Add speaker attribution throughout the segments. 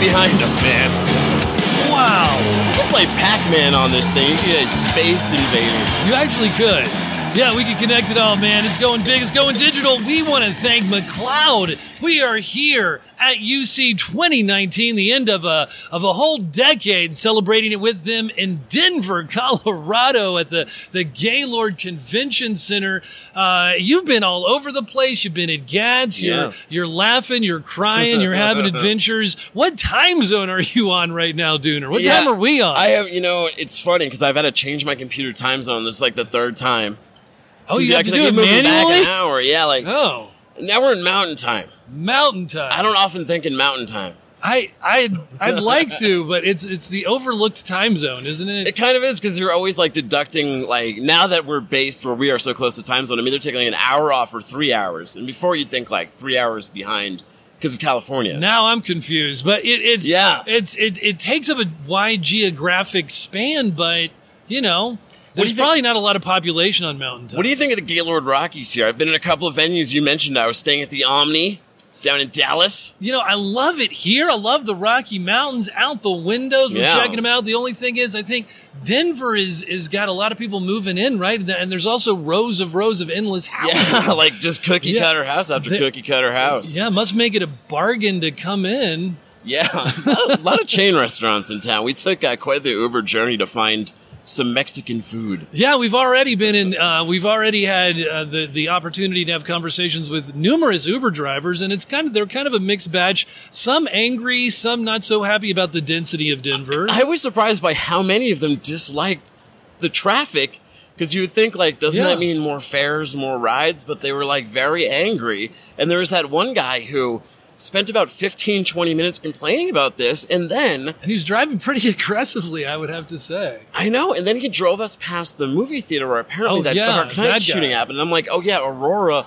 Speaker 1: behind us, man. Wow. We'll play Pac-Man on this thing. You get Space Invaders.
Speaker 2: You actually could. Yeah, we can connect it all, man. It's going big, it's going digital. We want to thank McLeod. We are here at UC 2019, the end of a of a whole decade, celebrating it with them in Denver, Colorado, at the the Gaylord Convention Center. Uh, you've been all over the place. You've been at Gads. You're
Speaker 1: Yeah.
Speaker 2: you're laughing. You're crying. You're having adventures. What time zone are you on right now, Dooner? What
Speaker 1: Yeah,
Speaker 2: time are we on?
Speaker 1: I have, you know, it's funny because I've had to change my computer time zone. This is like the third time.
Speaker 2: oh, you have to
Speaker 1: Because I
Speaker 2: do
Speaker 1: keep
Speaker 2: it
Speaker 1: moving Back
Speaker 2: manually.
Speaker 1: an hour. Yeah, like
Speaker 2: Oh,
Speaker 1: now we're in mountain time.
Speaker 2: mountain time.
Speaker 1: I don't often think in mountain time.
Speaker 2: I I I'd like to, but it's it's the overlooked time zone, isn't it?
Speaker 1: It kind of is because you're always like deducting. Like now that we're based where we are so close to time zone, I'm either taking like an hour off or three hours. And before you think like three hours behind because of California.
Speaker 2: Now I'm confused, but it, it's
Speaker 1: Yeah.
Speaker 2: it's it, it takes up a wide geographic span, but you know,
Speaker 1: do you
Speaker 2: there's
Speaker 1: think-
Speaker 2: probably not a lot of population on Mountain Time.
Speaker 1: What do you think of the Gaylord Rockies here? I've been in a couple of venues. You mentioned I was staying at the Omni down in Dallas.
Speaker 2: You know, I love it here. I love the Rocky Mountains out the windows. We're
Speaker 1: Yeah.
Speaker 2: checking them out. The only thing is, I think Denver is is got a lot of people moving in, right? And there's also rows of rows of endless houses.
Speaker 1: Yeah, like just cookie
Speaker 2: Yeah.
Speaker 1: cutter house after
Speaker 2: The-
Speaker 1: cookie cutter house.
Speaker 2: yeah, must make it a bargain to come in.
Speaker 1: Yeah, a lot, of, lot of chain restaurants in town. We took uh, quite the Uber journey to find some Mexican food.
Speaker 2: Yeah, we've already been in. Uh, we've already had uh, the the opportunity to have conversations with numerous Uber drivers, and it's kind of they're kind of a mixed batch. Some angry, some not so happy about the density of Denver.
Speaker 1: I was surprised by how many of them disliked the traffic because you would think like, doesn't
Speaker 2: Yeah.
Speaker 1: that mean more fares, more rides? But they were like very angry. And there was that one guy who spent about 15, 20 minutes complaining about this. And then
Speaker 2: and he was driving pretty aggressively, I would have to say.
Speaker 1: I know. And then he drove us past the movie theater where apparently
Speaker 2: Oh,
Speaker 1: that
Speaker 2: yeah,
Speaker 1: Dark
Speaker 2: that guy.
Speaker 1: Knight shooting happened. And I'm like, oh yeah, Aurora,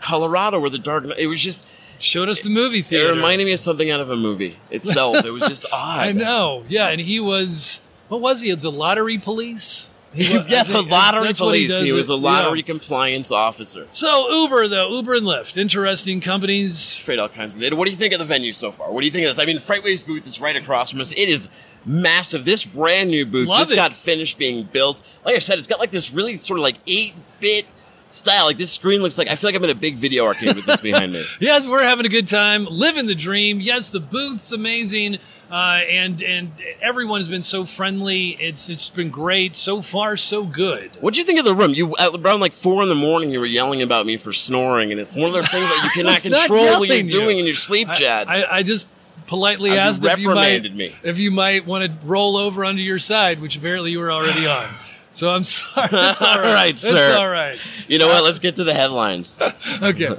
Speaker 1: Colorado, where the Dark Knight. It was just,
Speaker 2: Showed us the movie
Speaker 1: it
Speaker 2: theater.
Speaker 1: reminded me of something out of a movie itself. it was just odd.
Speaker 2: I know. Yeah, and he was. What was he? The lottery police. He wa-
Speaker 1: yeah,
Speaker 2: I
Speaker 1: the
Speaker 2: think-
Speaker 1: lottery
Speaker 2: that's what
Speaker 1: police.
Speaker 2: does
Speaker 1: He, was
Speaker 2: it-
Speaker 1: a lottery
Speaker 2: yeah.
Speaker 1: compliance officer.
Speaker 2: So Uber though, Uber and Lyft, interesting companies.
Speaker 1: Trade all kinds of data. What do you think of the venue so far? What do you think of this? I mean, Freightways booth is right across from us. It is massive. This brand new booth
Speaker 2: Love
Speaker 1: just
Speaker 2: it.
Speaker 1: got finished being built. Like I said, it's got like this really sort of like eight bit style. Like this screen looks like I feel like I'm in a big video arcade with this behind me.
Speaker 2: Yes, we're having a good time, living the dream. Yes, the booth's amazing, uh, and and everyone has been so friendly. It's it's been great so far, so good.
Speaker 1: What'd you think of the room? You at around like four in the morning, you were yelling about me for snoring, and it's one of those things that you cannot
Speaker 2: It's not
Speaker 1: control what you're
Speaker 2: yelling,
Speaker 1: doing
Speaker 2: you.
Speaker 1: in your sleep,
Speaker 2: I-
Speaker 1: Chad.
Speaker 2: I, I, just politely
Speaker 1: Uh, you
Speaker 2: asked if you might
Speaker 1: reprimanded me.
Speaker 2: if you might want to roll over onto your side, which apparently you were already on. So I'm sorry. It's all right,
Speaker 1: All right,
Speaker 2: It's
Speaker 1: sir.
Speaker 2: all right.
Speaker 1: you know what? Let's get to the headlines.
Speaker 2: Okay.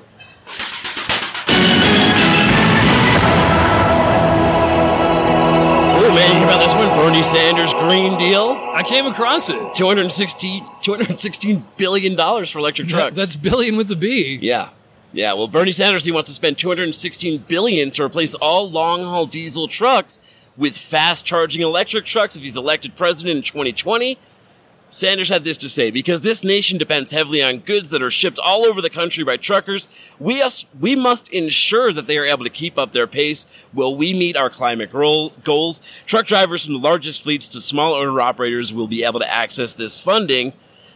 Speaker 1: Oh man, you hear about this one? Bernie Sanders Green Deal.
Speaker 2: I came across it.
Speaker 1: 216, 216 billion dollars for electric trucks.
Speaker 2: That's billion with the B.
Speaker 1: yeah, yeah. Well, Bernie Sanders he wants to spend 216 billion to replace all long haul diesel trucks with fast charging electric trucks. If he's elected president in 2020, Sanders had this to say: because this nation depends heavily on goods that are shipped all over the country by truckers, we us we must ensure that they are able to keep up their pace. Will we meet our climate goal, goals? Truck drivers from the largest fleets to small owner operators will be able to access this funding.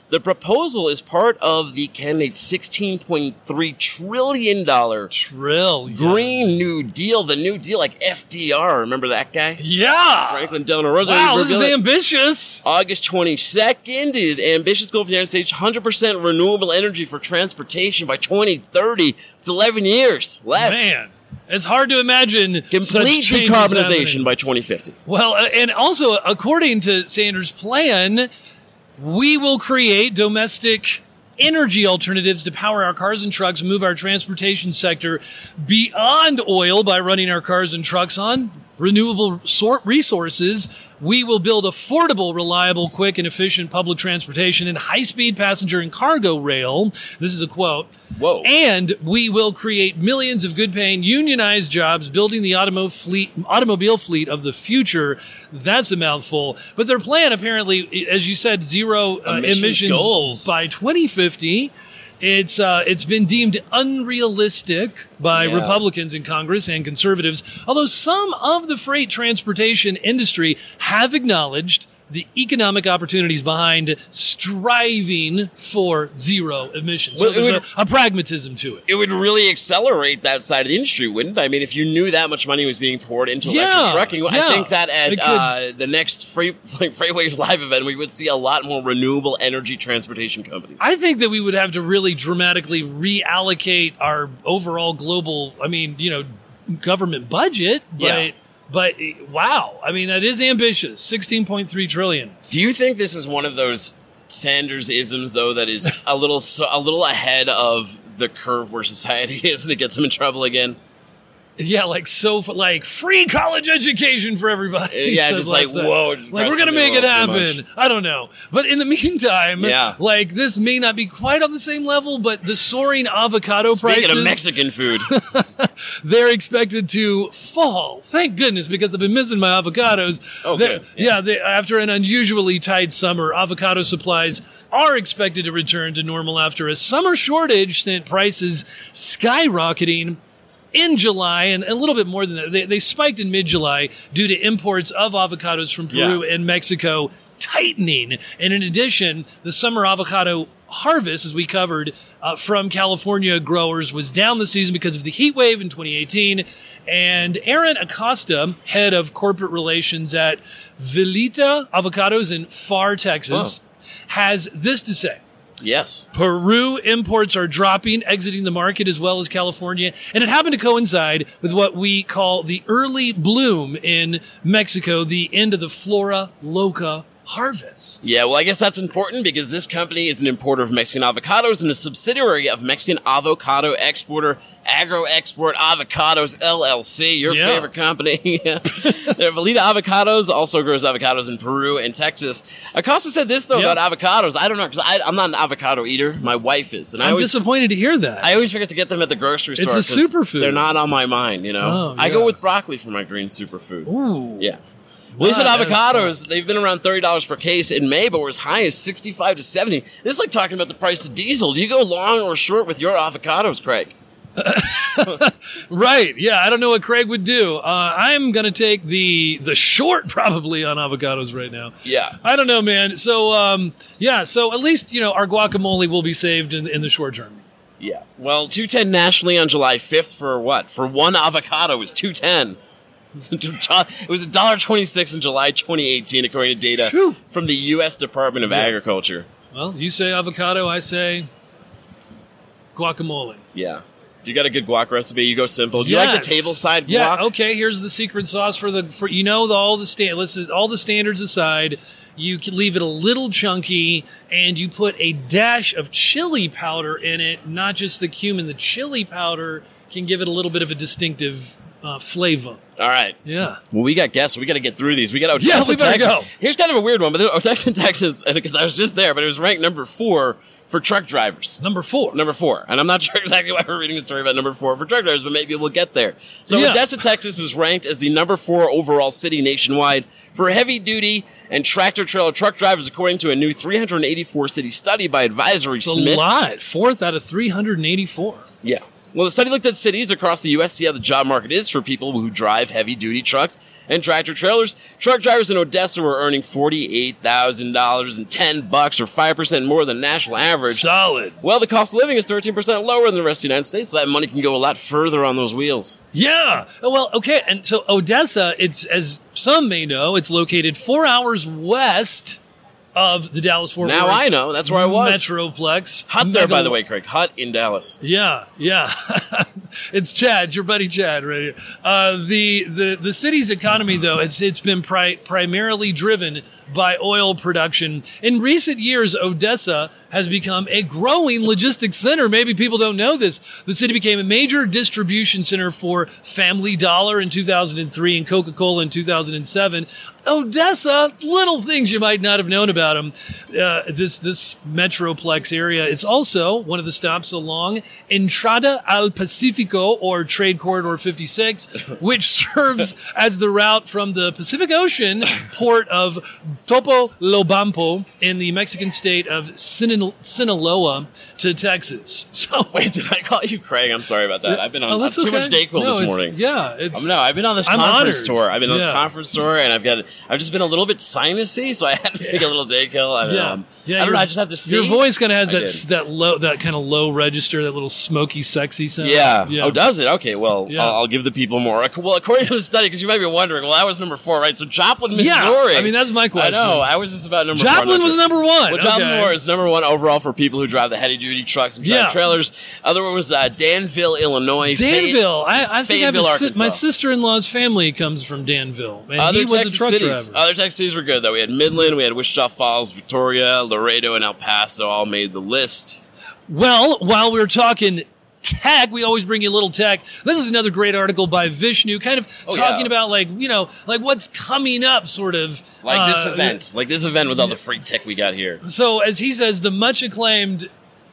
Speaker 1: The proposal is part of the candidate's $16.3 trillion dollar
Speaker 2: Trill.
Speaker 1: Green New Deal, the New Deal, like FDR. Remember that guy?
Speaker 2: Yeah.
Speaker 1: Franklin Delano Roosevelt.
Speaker 2: Wow, this is
Speaker 1: revealed it.
Speaker 2: ambitious.
Speaker 1: August 22nd is ambitious goal for the United States 100% renewable energy for transportation by 2030. It's 11 years less.
Speaker 2: Man, it's hard to imagine
Speaker 1: Complete
Speaker 2: such changes happening.
Speaker 1: decarbonization by 2050.
Speaker 2: Well, uh, and also according to Sanders' plan, we will create domestic energy alternatives to power our cars and trucks, move our transportation sector beyond oil by running our cars and trucks on renewable sor- resources. We will build affordable, reliable, quick, and efficient public transportation and high-speed passenger and cargo rail. This is a quote.
Speaker 1: Whoa.
Speaker 2: And we will create millions of good paying unionized jobs, building the automo fleet, automobile fleet of the future. That's a mouthful. But their plan, apparently, as you said, zero uh,
Speaker 1: Emissions
Speaker 2: emissions
Speaker 1: goals.
Speaker 2: by 2050. It's uh, it's been deemed unrealistic by
Speaker 1: Yeah.
Speaker 2: Republicans in Congress and conservatives, although some of the freight transportation industry have acknowledged the economic opportunities behind striving for zero emissions. So
Speaker 1: Well, it
Speaker 2: there's
Speaker 1: would-
Speaker 2: a, a pragmatism to it.
Speaker 1: It would really accelerate that side of the industry, wouldn't it? I mean, if you knew that much money was being poured into
Speaker 2: Yeah,
Speaker 1: electric trucking,
Speaker 2: yeah.
Speaker 1: I think that
Speaker 2: It
Speaker 1: at
Speaker 2: could-
Speaker 1: uh, the next freight, like Freightways Live event, we would see a lot more renewable energy transportation companies.
Speaker 2: I think that we would have to really dramatically reallocate our overall global, I mean, you know, government budget, but
Speaker 1: Yeah.
Speaker 2: but eh, wow, I mean that is ambitious. 16.3 trillion.
Speaker 1: Do you think this is one of those Sanders isms, though, that is a little so, a little ahead of the curve where society is, and it gets them in trouble again?
Speaker 2: Yeah, like so f- like free college education for everybody.
Speaker 1: Uh, yeah,
Speaker 2: says
Speaker 1: just like,
Speaker 2: last night.
Speaker 1: whoa, just
Speaker 2: Like we're
Speaker 1: pressing
Speaker 2: going to
Speaker 1: it
Speaker 2: make
Speaker 1: a
Speaker 2: it
Speaker 1: little too
Speaker 2: happen. I don't know. But in the meantime,
Speaker 1: Yeah.
Speaker 2: like this may not be quite on the same level, but the soaring avocado
Speaker 1: Speaking
Speaker 2: prices
Speaker 1: of Mexican food,
Speaker 2: they're expected to fall. Thank goodness, because I've been missing my avocados.
Speaker 1: Oh,
Speaker 2: They're-
Speaker 1: good.
Speaker 2: Yeah, they, after an unusually tight summer, avocado supplies are expected to return to normal after a summer shortage sent prices skyrocketing. In July, and a little bit more than that, they, they spiked in mid July due to imports of avocados from Peru
Speaker 1: Yeah.
Speaker 2: and Mexico tightening. And in addition, the summer avocado harvest, as we covered uh, from California growers, was down this season because of the heat wave in 2018. And Aaron Acosta, head of corporate relations at Velita Avocados in Far, Texas, has this to say.
Speaker 1: yes.
Speaker 2: Peru imports are dropping, exiting the market as well as California. And it happened to coincide with what we call the early bloom in Mexico, the end of the Flora Loca harvest.
Speaker 1: Yeah, well, I guess that's important because this company is an importer of Mexican avocados and a subsidiary of Mexican avocado exporter Agro Export Avocados LLC, your
Speaker 2: Yeah.
Speaker 1: favorite company. Their Valida Avocados also grows avocados in Peru and Texas. Acosta said this though
Speaker 2: Yeah.
Speaker 1: about avocados. I don't know because I'm not an avocado eater. My wife is, and I
Speaker 2: I'm
Speaker 1: always
Speaker 2: disappointed to hear that.
Speaker 1: I always forget to get them at the grocery
Speaker 2: It's
Speaker 1: store.
Speaker 2: a
Speaker 1: 'cause
Speaker 2: superfood.
Speaker 1: They're not on my mind, you know.
Speaker 2: Oh,
Speaker 1: I
Speaker 2: yeah.
Speaker 1: go with broccoli for my green superfood.
Speaker 2: Ooh.
Speaker 1: Yeah. Well,
Speaker 2: Wow,
Speaker 1: they said
Speaker 2: that is
Speaker 1: avocados, they've been around $30 per case in May, but were as high as 65 to 70. This is like talking about the price of diesel. Do you go long or short with your avocados, Craig?
Speaker 2: Right. Yeah. I don't know what Craig would do. Uh, I'm going to take the, the short probably on avocados right now.
Speaker 1: Yeah.
Speaker 2: I don't know, man. So, um, yeah. So at least, you know, our guacamole will be saved in, in the short term.
Speaker 1: Yeah. Well, 210 nationally on July 5th for what? For one avocado is 210. it was $1.26 in July 2018, according to data
Speaker 2: Phew.
Speaker 1: from the U.S. Department of Agriculture.
Speaker 2: Well, you say avocado, I say guacamole.
Speaker 1: Yeah. Do you got a good guac recipe? You go simple. Do you like
Speaker 2: Yes.
Speaker 1: the table side guac?
Speaker 2: Yeah. Okay. Here's the secret sauce for the for you know the, all the stand let's all the standards aside. You can leave it a little chunky, and you put a dash of chili powder in it, not just the cumin. The chili powder can give it a little bit of a distinctive uh, flavor.
Speaker 1: All right.
Speaker 2: Yeah.
Speaker 1: Well, we got guests. We got to get through these. We got Odessa,
Speaker 2: Yeah, we better
Speaker 1: Texas.
Speaker 2: go.
Speaker 1: Here's kind of a weird one, but Odessa, Texas, because I was just there, but it was ranked number four for truck drivers.
Speaker 2: Number four.
Speaker 1: Number four. And I'm not sure exactly why we're reading a story about number four for truck drivers, but maybe we'll get there. So
Speaker 2: Yeah.
Speaker 1: Odessa, Texas was ranked as the number four overall city nationwide for heavy duty and tractor trailer truck drivers, according to a new 384 city study by Advisory
Speaker 2: It's a
Speaker 1: Smith.
Speaker 2: lot. Fourth out of three hundred and eighty-four.
Speaker 1: Yeah. Well, the study looked at cities across the U.S. to see how the job market is for people who drive heavy duty trucks and tractor trailers. Truck drivers in Odessa were earning $48,000 and 10 bucks or 5% more than national average.
Speaker 2: Solid.
Speaker 1: well, the cost of living is 13% lower than the rest of the United States, so that money can go a lot further on those wheels.
Speaker 2: Yeah. Oh, Well, okay. And so Odessa, it's as some may know, it's located four hours west of the Dallas Fort
Speaker 1: Now
Speaker 2: Worth
Speaker 1: I know. That's where I was.
Speaker 2: Metroplex.
Speaker 1: Hot there, by
Speaker 2: Megal-
Speaker 1: the way, Craig. Hot in Dallas.
Speaker 2: Yeah, yeah. it's Chad, your buddy Chad, right here. Uh, the the the city's economy, though, it's it's been pri- primarily driven by oil production. In recent years, Odessa has become a growing logistics center. Maybe people don't know this. The city became a major distribution center for Family Dollar in 2003 and Coca Cola in 2007. Odessa, little things you might not have known about them. Uh, this this metroplex area. It's also one of the stops along Entrada al Pacifico Pacifico or Trade Corridor 56, which serves as the route from the Pacific Ocean port of Topolobampo in the Mexican state of Sinal- Sinaloa to Texas. So,
Speaker 1: Wait, did I call you Craig? I'm sorry about that. I've been on
Speaker 2: Oh,
Speaker 1: I'm
Speaker 2: that's
Speaker 1: too
Speaker 2: okay.
Speaker 1: much Dayquil
Speaker 2: No,
Speaker 1: this
Speaker 2: it's-
Speaker 1: morning.
Speaker 2: Yeah, it's
Speaker 1: Um, No, I've been on this
Speaker 2: I'm
Speaker 1: conference
Speaker 2: honored.
Speaker 1: tour. I've been on
Speaker 2: Yeah.
Speaker 1: this conference tour, and I've got I've just been a little bit sinusy, so I had to take a little day kill. I don't
Speaker 2: yeah.
Speaker 1: know.
Speaker 2: yeah,
Speaker 1: I don't
Speaker 2: your-
Speaker 1: know. I just have to see
Speaker 2: Your voice kind of has
Speaker 1: I
Speaker 2: that
Speaker 1: did.
Speaker 2: s- that low, that kind of low register, that little smoky, sexy sound.
Speaker 1: Yeah. Oh, does it? Okay. Well,
Speaker 2: uh, Yeah.
Speaker 1: I'll, I'll give the people more. Well, according to the study, because you might be wondering, well, I was number four, right? So Joplin,
Speaker 2: Yeah,
Speaker 1: Missouri.
Speaker 2: I mean, that's my
Speaker 1: I
Speaker 2: question.
Speaker 1: know. I was just about number four.
Speaker 2: Joplin
Speaker 1: not
Speaker 2: was
Speaker 1: sure.
Speaker 2: number one.
Speaker 1: Well, Joplin
Speaker 2: okay.
Speaker 1: Moore is number one overall for people who drive the heavy duty trucks and drive
Speaker 2: Yeah.
Speaker 1: trailers. Other one was uh, Danville, Illinois. Fay-
Speaker 2: Danville. I, I think I have a
Speaker 1: Fayetteville,
Speaker 2: si- my
Speaker 1: Arkansas.
Speaker 2: sister-in-law's family comes from Danville, and
Speaker 1: Other
Speaker 2: he was
Speaker 1: Texas
Speaker 2: a truck
Speaker 1: cities.
Speaker 2: driver.
Speaker 1: Other Texas cities were good though. We had Midland, we had Wichita Falls, Victoria, Laredo, and El Paso all made the list.
Speaker 2: Well, while we're talking tech, we always bring you a little tech. This is another great article by Vishnu, kind of
Speaker 1: Oh,
Speaker 2: talking
Speaker 1: yeah.
Speaker 2: about like you know, like what's coming up, sort of
Speaker 1: Like this
Speaker 2: uh,
Speaker 1: event. Like this event with all the freak tech we got here.
Speaker 2: So, as he says, the much acclaimed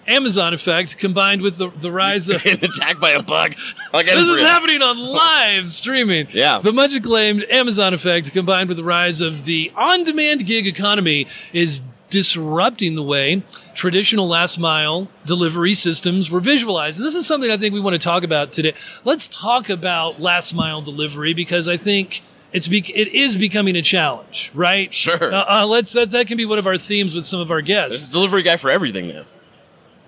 Speaker 2: Amazon effect combined with the, the rise of
Speaker 1: Getting attacked by a bug. Like
Speaker 2: this is
Speaker 1: real.
Speaker 2: happening on live streaming.
Speaker 1: Yeah.
Speaker 2: The much acclaimed Amazon effect combined with the rise of the on demand gig economy is disrupting the way traditional last mile delivery systems were visualized. And this is something I think we want to talk about today. Let's talk about last mile delivery because I think it's bec it is becoming a challenge, right?
Speaker 1: Sure.
Speaker 2: Uh, uh, let's that, that can be one of our themes with some of our guests.
Speaker 1: This is delivery guy for everything now.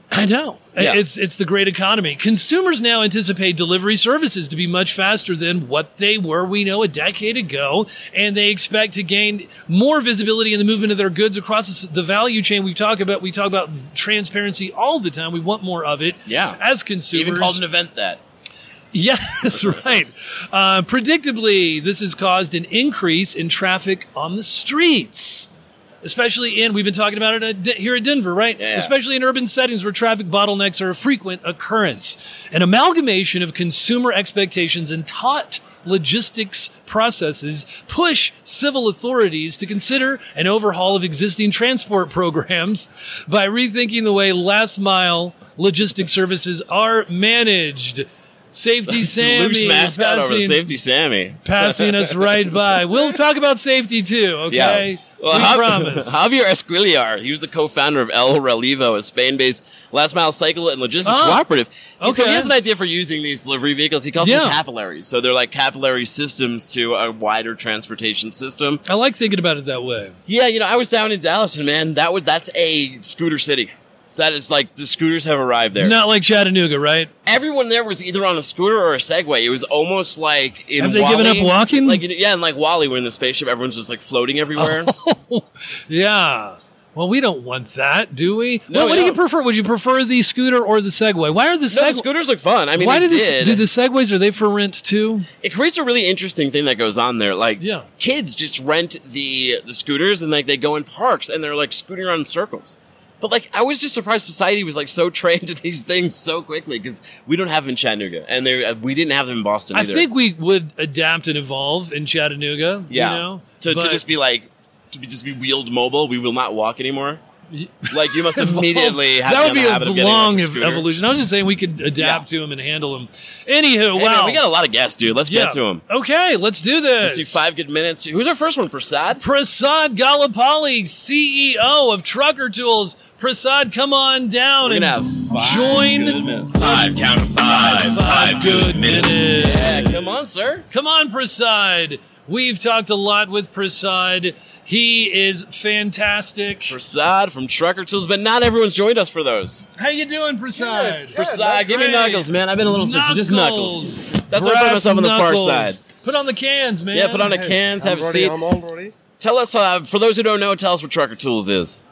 Speaker 2: I know.
Speaker 1: Yeah.
Speaker 2: It's it's the great economy. Consumers now anticipate delivery services to be much faster than what they were, we know, a decade ago, and they expect to gain more visibility in the movement of their goods across the value chain. We talk about we talk about transparency all the time. We want more of it.
Speaker 1: Yeah.
Speaker 2: As
Speaker 1: He
Speaker 2: consumers,
Speaker 1: even called an event that.
Speaker 2: Yes, right. Uh, predictably, this has caused an increase in traffic on the streets, especially in, we've been talking about it at, De- here at Denver, right?
Speaker 1: Yeah.
Speaker 2: Especially in urban settings where traffic bottlenecks are a frequent occurrence. An amalgamation of consumer expectations and taught logistics processes push civil authorities to consider an overhaul of existing transport programs by rethinking the way last mile logistic services are managed. Safety Sammy
Speaker 1: Loose mascot over the
Speaker 2: passing,
Speaker 1: safety Sammy.
Speaker 2: passing us right by. We'll talk about safety too, okay? we
Speaker 1: Jav-
Speaker 2: promise.
Speaker 1: Javier Esquiliar, he was the co-founder of El Relevo, a Spain-based last mile cycle and logistics
Speaker 2: Ah,
Speaker 1: cooperative. He- So
Speaker 2: okay.
Speaker 1: he has an idea for using these delivery vehicles. He calls
Speaker 2: Yeah.
Speaker 1: them capillaries. So they're like capillary systems to a wider transportation system.
Speaker 2: I like thinking about it that way.
Speaker 1: Yeah, you know, I was down in Dallas, and man, that would that's a scooter city. That is like the scooters have arrived there.
Speaker 2: Not like Chattanooga, right?
Speaker 1: Everyone there was either on a scooter or a Segway. It was almost like in
Speaker 2: Have they given
Speaker 1: Wall-E.
Speaker 2: up walking?
Speaker 1: Like you know- yeah, and like Wally, we're in the spaceship. Everyone's just like floating everywhere.
Speaker 2: Oh, yeah. Well, we don't want that, do we?
Speaker 1: No,
Speaker 2: well,
Speaker 1: we
Speaker 2: what do you
Speaker 1: don't.
Speaker 2: prefer? Would you prefer the scooter or the Segway? Why are the
Speaker 1: No, the
Speaker 2: Segways?
Speaker 1: scooters look fun. I mean,
Speaker 2: why
Speaker 1: they
Speaker 2: do the
Speaker 1: did.
Speaker 2: do the Segways? Are they for rent too?
Speaker 1: it creates a really interesting thing that goes on there. Like
Speaker 2: Yeah.
Speaker 1: kids just rent the the scooters and like they go in parks and they're like scooting around in circles. But like I was just surprised society was like so trained to these things so quickly because we don't have them in Chattanooga and they we didn't have them in Boston
Speaker 2: I
Speaker 1: either.
Speaker 2: think we would adapt and evolve in Chattanooga.
Speaker 1: yeah,
Speaker 2: You know?
Speaker 1: to, to
Speaker 2: But-
Speaker 1: just be like to be, just be wheeled mobile. We will not walk anymore.
Speaker 2: Ye-
Speaker 1: Like you must immediately have
Speaker 2: that
Speaker 1: to
Speaker 2: would
Speaker 1: be in
Speaker 2: be
Speaker 1: the
Speaker 2: a
Speaker 1: habit of getting
Speaker 2: long
Speaker 1: electric
Speaker 2: ev-
Speaker 1: scooter.
Speaker 2: evolution. I was just saying we could adapt to them and handle them. Anywho,
Speaker 1: Hey,
Speaker 2: wow,
Speaker 1: man, we got a lot of guests, dude. Let's get to them.
Speaker 2: Okay, let's do this.
Speaker 1: Let's do five good minutes. Who's our first one? Prasad.
Speaker 2: Prasad Galapali, CEO of Trucker Tools. Prasad, come on down
Speaker 1: We're
Speaker 2: and
Speaker 1: gonna have five
Speaker 2: join-
Speaker 1: good minutes.
Speaker 3: Five, count to five.
Speaker 2: five good minutes.
Speaker 1: Yeah, come on, sir.
Speaker 2: Come on, Prasad. We've talked a lot with Prasad. He is fantastic.
Speaker 1: Prasad from Trucker Tools, but not everyone's joined us for those.
Speaker 2: How you doing, Prasad?
Speaker 1: Prasad, give me
Speaker 2: great.
Speaker 1: knuckles, man. I've been a little sick, so just knuckles. That's what I put
Speaker 2: Brass
Speaker 1: myself on the far
Speaker 2: knuckles.
Speaker 1: side.
Speaker 2: Put on the cans, man.
Speaker 1: Yeah, put on a cans, have a seat.
Speaker 4: old already.
Speaker 1: Tell us, uh, for those who don't know, tell us what Trucker Tools is.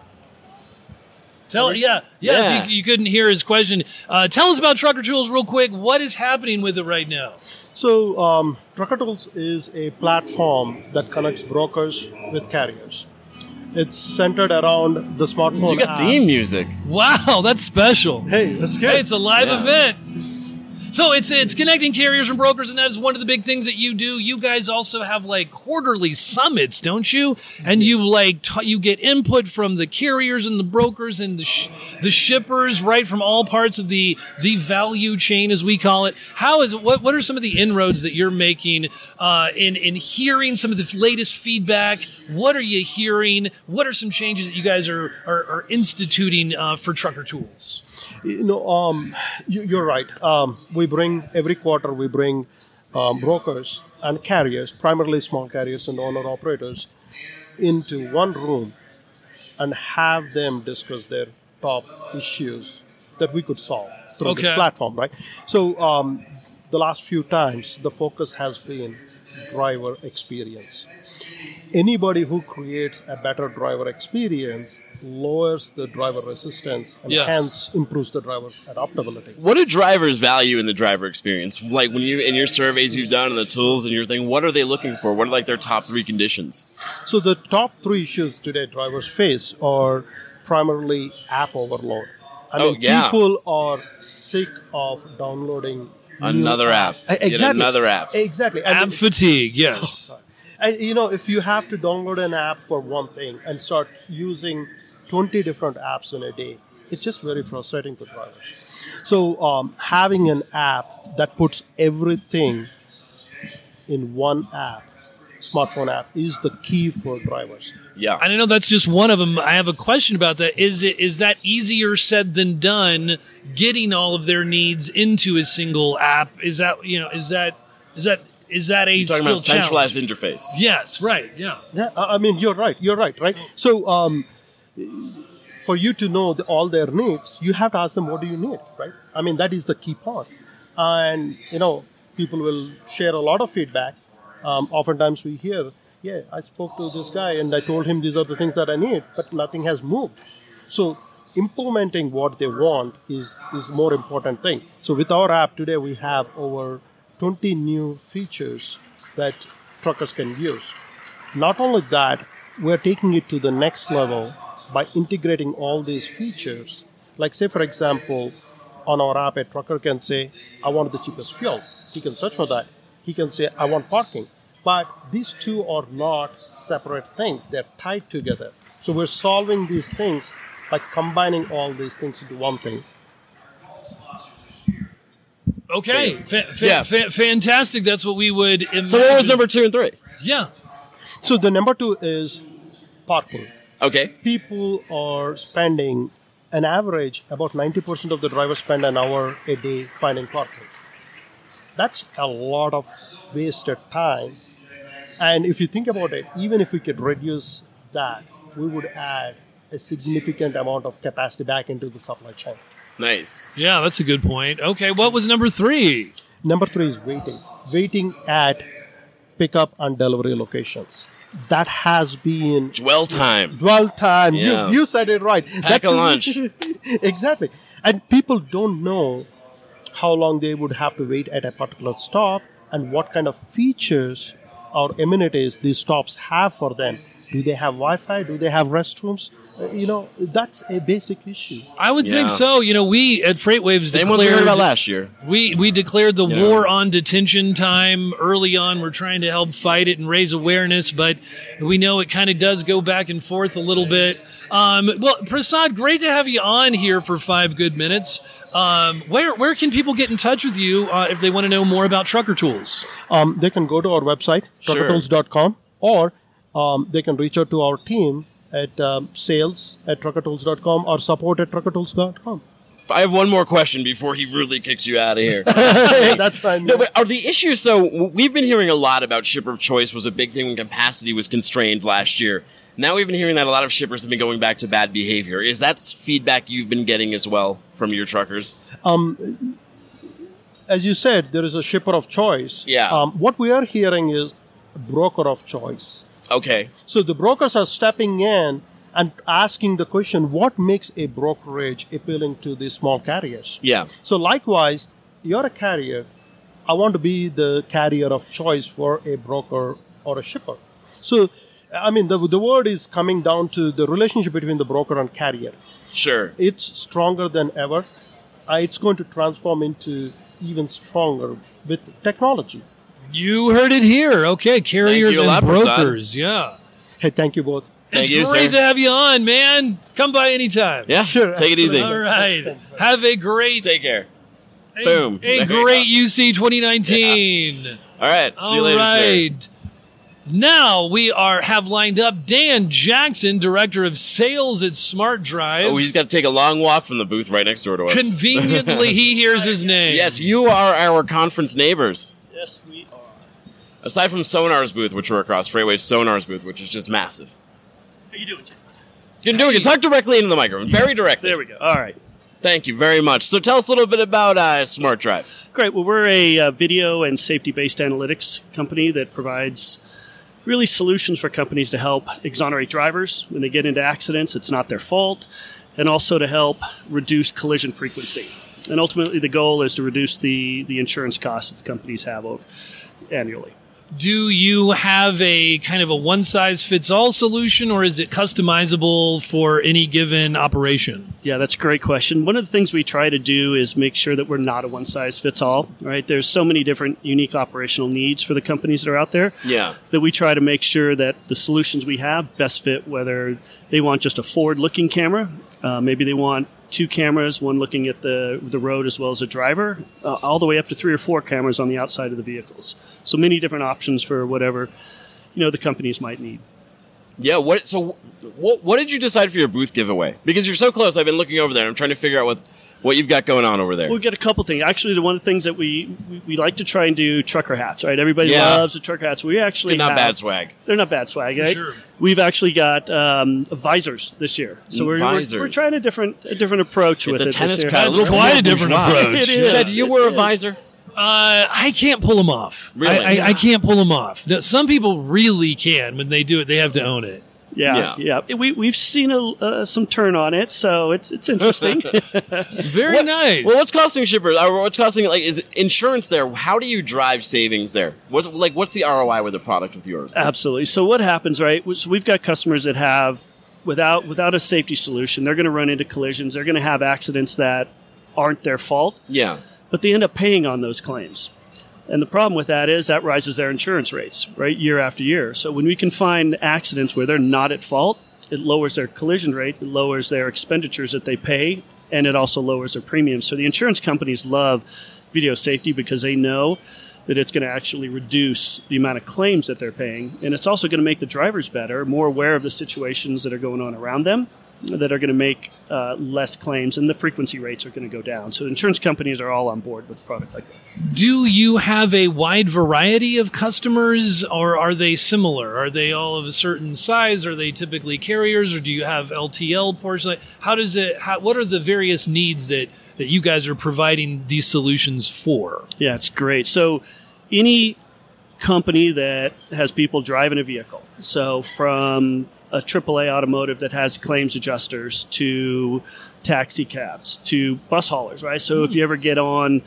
Speaker 2: Tell yeah, yeah.
Speaker 1: Yeah.
Speaker 2: If you, you couldn't hear his question, uh, tell us about Trucker Tools real quick. What is happening with it right now?
Speaker 4: So, um, Trucker Tools is a platform that connects brokers with carriers. It's centered around the smartphone.
Speaker 1: You got theme music.
Speaker 2: Wow, that's special.
Speaker 4: hey, that's good.
Speaker 2: Hey, it's a live
Speaker 1: Yeah.
Speaker 2: event. So it's it's connecting carriers and brokers, and that is one of the big things that you do. You guys also have like quarterly summits, don't you? And you like t- you get input from the carriers and the brokers and the sh- the shippers, right from all parts of the the value chain, as we call it. How is it? What what are some of the inroads that you're making uh, in in hearing some of the latest feedback? What are you hearing? What are some changes that you guys are are, are instituting uh, for Trucker Tools?
Speaker 4: you know, um, you, you're right. Um, we bring every quarter we bring um, brokers and carriers, primarily small carriers and owner operators, into one room and have them discuss their top issues that we could solve through
Speaker 2: Okay.
Speaker 4: this platform, right? So um, the last few times the focus has been driver experience. Anybody who creates a better driver experience lowers the driver resistance and
Speaker 2: Yes.
Speaker 4: hence improves the driver adaptability.
Speaker 1: What do drivers value in the driver experience? Like when you in your surveys you've done and the tools and your thing, what are they looking for? What are like their top three conditions?
Speaker 4: So the top three issues today drivers face are primarily app overload. I
Speaker 1: Oh,
Speaker 4: mean,
Speaker 1: yeah.
Speaker 4: people are sick of downloading new
Speaker 1: Another app.
Speaker 4: Uh,
Speaker 1: Yet
Speaker 4: Exactly.
Speaker 1: another app.
Speaker 4: Exactly. I
Speaker 2: App
Speaker 4: mean,
Speaker 1: Oh,
Speaker 2: fatigue, yes.
Speaker 4: and, you know, if you have to download an app for one thing and start using 20 different apps in a day, it's just very frustrating for drivers. So um, having an app that puts everything in one app, smartphone app, is the key for drivers.
Speaker 1: Yeah.
Speaker 2: I don't know that's just one of them. I have a question about that. Is it is that easier said than done? Getting all of their needs into a single app is that you know is that is that is that a
Speaker 1: You're talking
Speaker 2: still
Speaker 1: about
Speaker 2: challenge?
Speaker 1: centralized interface.
Speaker 2: Yes, right. Yeah.
Speaker 4: Yeah, I I mean, you're right. You're right, right? So, um, for you to know the, all their needs, you have to ask them, what do you need, right? I mean, that is the key part. And, you know, people will share a lot of feedback. Um, oftentimes we hear, yeah, I spoke to this guy and I told him these are the things that I need, but nothing has moved. So, implementing what they want is is more important thing. So, with our app today, we have over 20 new features that truckers can use. Not only that, we're taking it to the next level by integrating all these features. Like, say, for example, on our app, a trucker can say, I want the cheapest fuel. He can search for that. He can say, I want parking. But these two are not separate things, they're tied together. So, we're solving these things by combining all these things into one thing.
Speaker 2: Okay. Fa- fa-
Speaker 1: Yeah.
Speaker 2: fa- fantastic. That's what we would. Imagine.
Speaker 1: So what was number two and three?
Speaker 2: Yeah.
Speaker 4: So, the number two is parking.
Speaker 1: Okay.
Speaker 4: people are spending an average about 90% of the drivers spend an hour a day finding parking that's a lot of wasted time and if you think about it even if we could reduce that we would add a significant amount of capacity back into the supply chain
Speaker 1: Nice.
Speaker 2: Yeah. That's a good point. Okay. What was number three?
Speaker 4: number 3 is waiting waiting at pickup and delivery locations that has been
Speaker 1: Dwell time.
Speaker 4: dwell time.
Speaker 1: Yeah.
Speaker 4: You, you said it right.
Speaker 1: Pack a lunch.
Speaker 4: exactly. And people don't know how long they would have to wait at a particular stop and what kind of features or amenities these stops have for them. Do they have Wi Fi? Do they have restrooms? Uh, you know, that's a basic issue.
Speaker 2: I would think
Speaker 1: Yeah.
Speaker 2: so. You know, we at Freightwaves
Speaker 1: Same one we
Speaker 2: declared
Speaker 1: heard about last year.
Speaker 2: We we declared the
Speaker 1: Yeah.
Speaker 2: war on detention time early on. We're trying to help fight it and raise awareness, but we know it kind of does go back and forth a little bit. Um, well, Prasad, great to have you on here for five good minutes. Um, where where can people get in touch with you uh, if they want to know more about Trucker Tools?
Speaker 4: Um, they can go to our website,
Speaker 1: Sure.
Speaker 4: truckertools.com, or um, they can reach out to our team at um, sales at truckertools.com or support at truckertools.com.
Speaker 1: I have one more question before he really kicks you out of here.
Speaker 4: that's fine.
Speaker 1: No, but are the issues so w- we've been hearing a lot about shipper of choice was a big thing when capacity was constrained last year. Now we've been hearing that a lot of shippers have been going back to bad behavior. Is that s- feedback you've been getting as well from your truckers?
Speaker 4: Um, as you said, there is a shipper of choice.
Speaker 1: Yeah.
Speaker 4: Um, what we are hearing is broker of choice.
Speaker 1: Okay.
Speaker 4: So the brokers are stepping in and asking the question, what makes a brokerage appealing to the small carriers?
Speaker 1: Yeah.
Speaker 4: So likewise, you're a carrier. I want to be the carrier of choice for a broker or a shipper. So, I mean, the, the word is coming down to the relationship between the broker and carrier
Speaker 1: Sure.
Speaker 4: it's stronger than ever. Uh, it's going to transform into even stronger with technology.
Speaker 2: You heard it here. Okay, carriers
Speaker 1: you a
Speaker 2: and
Speaker 1: lot, Prasad.
Speaker 2: brokers. Yeah.
Speaker 4: Hey, thank you both.
Speaker 1: Thank
Speaker 2: it's
Speaker 1: you,
Speaker 2: great
Speaker 1: sir.
Speaker 2: to have you on, man. Come by anytime.
Speaker 1: Yeah,
Speaker 4: Sure,
Speaker 1: Take it easy.
Speaker 2: All right. Have a great
Speaker 1: Take care.
Speaker 2: a-
Speaker 1: boom.
Speaker 2: A
Speaker 1: There you
Speaker 2: great UC 2019.
Speaker 1: All right. See you
Speaker 2: All
Speaker 1: later, sir.
Speaker 2: right. Now we are have lined up Dan Jackson, director of sales at Smart Drive.
Speaker 1: Oh, he's got to take a long walk from the booth right next door to us.
Speaker 2: Conveniently, he hears his name.
Speaker 1: yes, you are our conference neighbors.
Speaker 3: Yes, we are.
Speaker 1: Aside from Sonar's booth, which we're across Freeway, Sonar's booth, which is just massive.
Speaker 3: How you doing, Jim?
Speaker 1: You can do it. You can talk directly into the microphone. Very directly.
Speaker 3: There we go. All right.
Speaker 1: Thank you very much. So tell us a little bit about uh, Smart Drive.
Speaker 3: Great. Well, we're a uh, video and safety based analytics company that provides really solutions for companies to help exonerate drivers when they get into accidents. It's not their fault. And also to help reduce collision frequency. And ultimately, the goal is to reduce the, the insurance costs that the companies have over, annually.
Speaker 2: Do you have a kind of a one size fits all solution, or is it customizable for any given operation?
Speaker 3: Yeah, that's a great question. One of the things we try to do is make sure that we're not a one size fits all, right? There's so many different unique operational needs for the companies that are out there.
Speaker 1: Yeah.
Speaker 3: that we try to make sure that the solutions we have best fit whether they want just a forward looking camera, uh, maybe they want two cameras, one looking at the, the road as well as a driver, uh, all the way up to three or four cameras on the outside of the vehicles. So many different options for whatever you know the companies might need.
Speaker 1: Yeah. What? So, what? What did you decide for your booth giveaway? Because you're so close. I've been looking over there. I'm trying to figure out what what you've got going on over there.
Speaker 3: We'll get a couple things. Actually, the one of the things that we, we, we like to try and do trucker hats, right? Everybody
Speaker 1: Yeah.
Speaker 3: loves the trucker hats. We actually
Speaker 1: They're not
Speaker 3: have-
Speaker 1: bad swag.
Speaker 3: They're not bad swag. right?
Speaker 2: sure.
Speaker 3: We've actually got um, visors this year, so we're, we're-
Speaker 1: Visors.
Speaker 3: we're trying a different a different approach with
Speaker 1: the
Speaker 3: it.
Speaker 1: tennis
Speaker 3: this year.
Speaker 1: paddle.
Speaker 2: That's quite a different
Speaker 1: Wow.
Speaker 2: approach.
Speaker 3: It is.
Speaker 1: Chad, do you
Speaker 3: It
Speaker 1: wear a
Speaker 3: is.
Speaker 1: visor?
Speaker 2: Uh, I can't pull them off.
Speaker 1: Really?
Speaker 2: I, I, I can't pull them off. Now, Some people really can. When they do it, they have to own it.
Speaker 3: Yeah, yeah. We we've seen a, uh, some turn on it, so it's it's interesting.
Speaker 2: Very
Speaker 1: What-
Speaker 2: nice.
Speaker 1: Well, what's costing shippers? Or what's costing like is insurance there? How do you drive savings there? What's like what's the ROI with a product with yours?
Speaker 3: Absolutely. So what happens, right? was we've got customers that have without without a safety solution, they're going to run into collisions. They're going to have accidents that aren't their fault,
Speaker 1: yeah.
Speaker 3: but they end up paying on those claims. And the problem with that is that rises their insurance rates, right, year after year. So when we can find accidents where they're not at fault, it lowers their collision rate, it lowers their expenditures that they pay, and it also lowers their premiums. So the insurance companies love video safety because they know that it's going to actually reduce the amount of claims that they're paying. And it's also going to make the drivers better, more aware of the situations that are going on around them that are going to make uh, less claims, and the frequency rates are going to go down. So insurance companies are all on board with a product like that.
Speaker 2: Do you have a wide variety of customers, or are they similar? Are they all of a certain size? Are they typically carriers, or do you have LTL portion? Like, How does it? How, what are the various needs that that you guys are providing these solutions for?
Speaker 3: Yeah, it's great. So, any company that has people driving a vehicle, so from a AAA automotive that has claims adjusters to taxi cabs to bus haulers, right? So, if you ever get on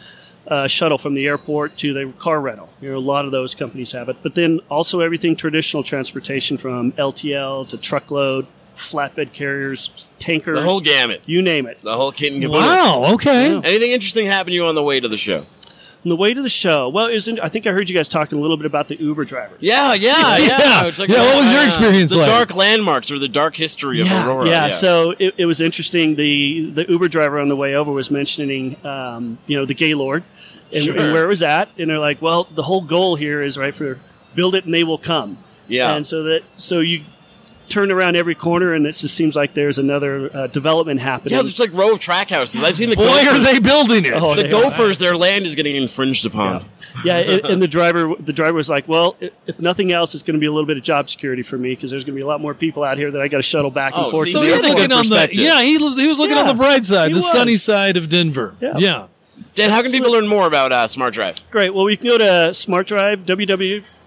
Speaker 3: a shuttle from the airport to the car rental, you know, a lot of those companies have it. But then also everything traditional transportation from LTL to truckload, flatbed carriers, tankers,
Speaker 1: The whole gamut.
Speaker 3: you name it.
Speaker 1: The whole kit and caboodle.
Speaker 2: Wow. Okay.
Speaker 1: Anything interesting happen to you on the way to the show?
Speaker 3: On the way to the show, well, isn't I think I heard you guys talking a little bit about the Uber driver.
Speaker 1: Yeah, yeah, yeah.
Speaker 2: Yeah.
Speaker 1: It's uh,
Speaker 2: Yeah, what was your experience
Speaker 1: the
Speaker 2: like?
Speaker 1: dark landmarks or the dark history of Aurora?
Speaker 3: Yeah, Uh, so it, it was interesting. The the Uber driver on the way over was mentioning, um, you know, the Gaylord and,
Speaker 1: Sure.
Speaker 3: and where it was at, and they're like, well, the whole goal here is right for build it and they will come.
Speaker 1: Yeah.
Speaker 3: and so that so you turn around every corner, and it just seems like there's another uh, development happening.
Speaker 1: yeah, there's like row of track houses. I've seen the
Speaker 2: Boy,
Speaker 1: gophers.
Speaker 2: are they building it?
Speaker 3: Oh,
Speaker 1: the
Speaker 3: they-
Speaker 1: gophers, their land is getting infringed upon.
Speaker 3: yeah, and, and the driver the driver was like, well, i- if nothing else, it's going to be a little bit of job security for me because there's going to be a lot more people out here that I got to shuttle back and
Speaker 1: Oh,
Speaker 3: forth.
Speaker 1: see,
Speaker 3: to
Speaker 2: so
Speaker 3: the
Speaker 1: he
Speaker 2: he's
Speaker 1: That's a
Speaker 3: airport.
Speaker 1: good
Speaker 2: looking on the
Speaker 1: perspective.
Speaker 2: yeah he was, he was looking
Speaker 3: Yeah,
Speaker 2: on the bright side,
Speaker 3: he
Speaker 2: the
Speaker 3: was.
Speaker 2: sunny side of Denver.
Speaker 3: Yeah.
Speaker 2: yeah.
Speaker 1: Dan, how can people learn more about uh, Smart Drive?
Speaker 3: Great. Well, we can go to Smart Drive,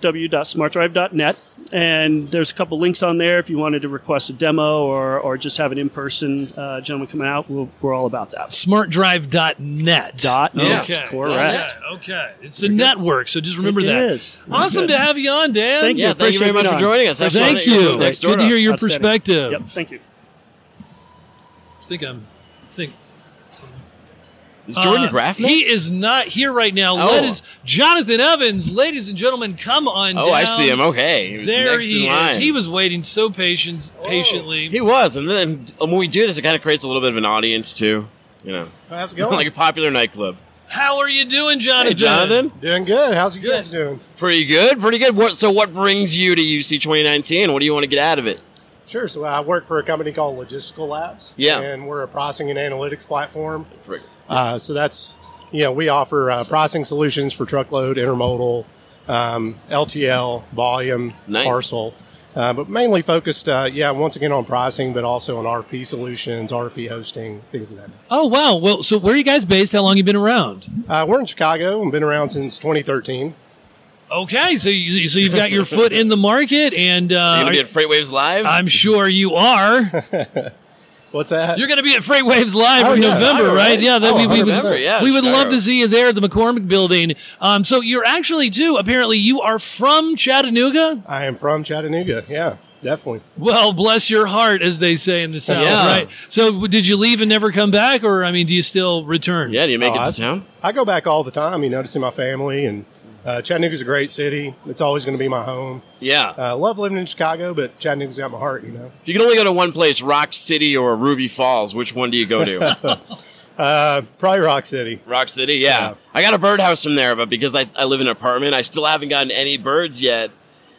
Speaker 3: www.smartdrive.net, and there's a couple links on there if you wanted to request a demo or, or just have an in person uh, gentleman come out. We'll, we're all about that.
Speaker 2: smartdrive.net.
Speaker 3: Dot net,
Speaker 2: Okay.
Speaker 3: correct.
Speaker 2: Yeah, okay. It's a network, so just remember
Speaker 3: It
Speaker 2: that.
Speaker 3: is.
Speaker 2: Awesome to have you on, Dan.
Speaker 3: Thank you.
Speaker 1: Yeah, thank
Speaker 3: appreciate
Speaker 1: you very
Speaker 3: you
Speaker 1: much for
Speaker 3: on.
Speaker 1: joining us. Have fun
Speaker 2: Thank
Speaker 1: at your
Speaker 2: you.
Speaker 1: Next door
Speaker 2: Good to hear your
Speaker 3: Outstanding.
Speaker 2: perspective.
Speaker 3: Yep, thank you.
Speaker 2: I think I'm I think
Speaker 1: Is Jordan Graff next?
Speaker 2: He is not here right now.
Speaker 1: Oh.
Speaker 2: Let us, Jonathan Evans, ladies and gentlemen, come on
Speaker 1: oh,
Speaker 2: down.
Speaker 1: I see him. Okay. He was
Speaker 2: there
Speaker 1: next
Speaker 2: he
Speaker 1: in line.
Speaker 2: is. He was waiting so patient,
Speaker 5: Oh.
Speaker 2: patiently.
Speaker 1: He was, and then and when we do this, it kind of creates a little bit of an audience too. You know,
Speaker 5: How's it going?
Speaker 1: like a popular nightclub.
Speaker 2: How are you doing, Jonathan?
Speaker 1: Hey, Jonathan,
Speaker 5: doing good. How's you
Speaker 2: Good.
Speaker 5: guys doing?
Speaker 1: pretty good, pretty good. What? So, what brings you to UC 2019? What do you want to get out of it?
Speaker 5: Sure. So I work for a company called Logistical Labs.
Speaker 1: Yeah.
Speaker 5: And we're a pricing and analytics platform. Uh, so that's, you know, we offer uh, pricing solutions for truckload, intermodal, um, LTL, volume,
Speaker 1: Nice.
Speaker 5: parcel, uh, but mainly focused, uh, yeah, once again on pricing, but also on RFP solutions, RFP hosting, things of that. nature.
Speaker 2: Oh wow. Well, so where are you guys based? How long you been around?
Speaker 5: Uh, we're in Chicago and been around since 2013.
Speaker 2: Okay, so you, so you've got your foot in the market, and uh,
Speaker 1: You're gonna
Speaker 2: are-
Speaker 1: be at Freightwaves Live.
Speaker 2: I'm sure you are.
Speaker 5: What's that?
Speaker 2: You're going to be at Freight Waves Live
Speaker 5: Oh,
Speaker 2: in
Speaker 5: yeah,
Speaker 2: November,
Speaker 5: I know,
Speaker 2: right?
Speaker 5: right?
Speaker 2: Yeah, that
Speaker 5: Oh,
Speaker 2: we, we would,
Speaker 5: 100%.
Speaker 1: Remember, yeah,
Speaker 2: we would
Speaker 1: Chicago.
Speaker 2: love to see you there at the McCormick Building. Um, so you're actually too. Apparently, you are from Chattanooga.
Speaker 5: I am from Chattanooga. Yeah, definitely.
Speaker 2: Well, bless your heart, as they say in the South,
Speaker 1: Yeah.
Speaker 2: right? So w- did you leave and never come back, or I mean, do you still return?
Speaker 1: Yeah, do you make
Speaker 5: Oh,
Speaker 1: it
Speaker 5: I-
Speaker 1: to town?
Speaker 5: I go back all the time, you know, to see my family. And uh, Chattanooga's a great city. It's always going to be my home.
Speaker 1: Yeah.
Speaker 5: Uh, love living in Chicago, but Chattanooga's got my heart, you know.
Speaker 1: if you can only go to one place, Rock City or Ruby Falls, which one do you go to?
Speaker 5: Uh, probably Rock City.
Speaker 1: Rock City. Yeah.
Speaker 5: Yeah.
Speaker 1: I got a birdhouse from there, but because I, I live in an apartment, I still haven't gotten any birds yet.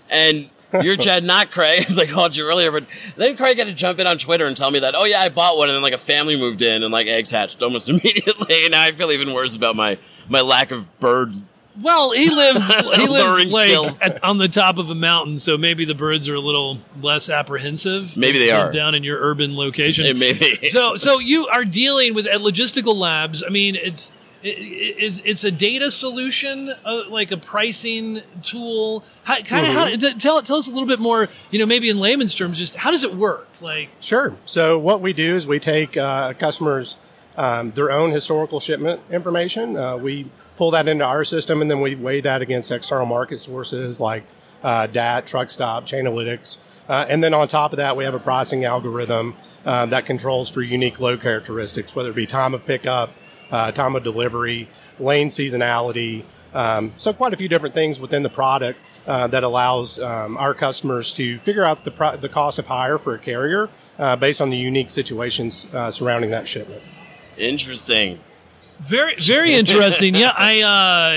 Speaker 1: And. You're Chad, not Craig, as I called you earlier. But then Craig had to jump in on Twitter and tell me that, oh yeah, I bought one, and then like a family moved in and like eggs hatched almost immediately. And now I feel even worse about my my lack of bird.
Speaker 2: Well, he lives he
Speaker 1: Luring
Speaker 2: lives like,
Speaker 1: skills.
Speaker 2: at, on the top of a mountain, so maybe the birds are a little less apprehensive.
Speaker 1: Maybe they
Speaker 2: than
Speaker 1: are.
Speaker 2: down in your urban location.
Speaker 1: It may be.
Speaker 2: so so you are dealing with at logistical labs. I mean, it's i- i- it's it's a data solution, uh, like a pricing tool. How, kind of
Speaker 1: Mm-hmm.
Speaker 2: how, t- tell tell us a little bit more. You know, maybe in layman's terms, just how does it work? Like,
Speaker 5: Sure. So what we do is we take uh, customers' um, their own historical shipment information. Uh, we pull that into our system, and then we weigh that against external market sources like uh, DAT, Truck Stop, Chainalytics, uh, and then on top of that, we have a pricing algorithm uh, that controls for unique load characteristics, whether it be time of pickup, uh, time of delivery, lane seasonality. Um, so quite a few different things within the product uh, that allows um, our customers to figure out the, pro- the cost of hire for a carrier uh, based on the unique situations uh, surrounding that shipment.
Speaker 1: Interesting.
Speaker 2: Very, very interesting. Yeah, I,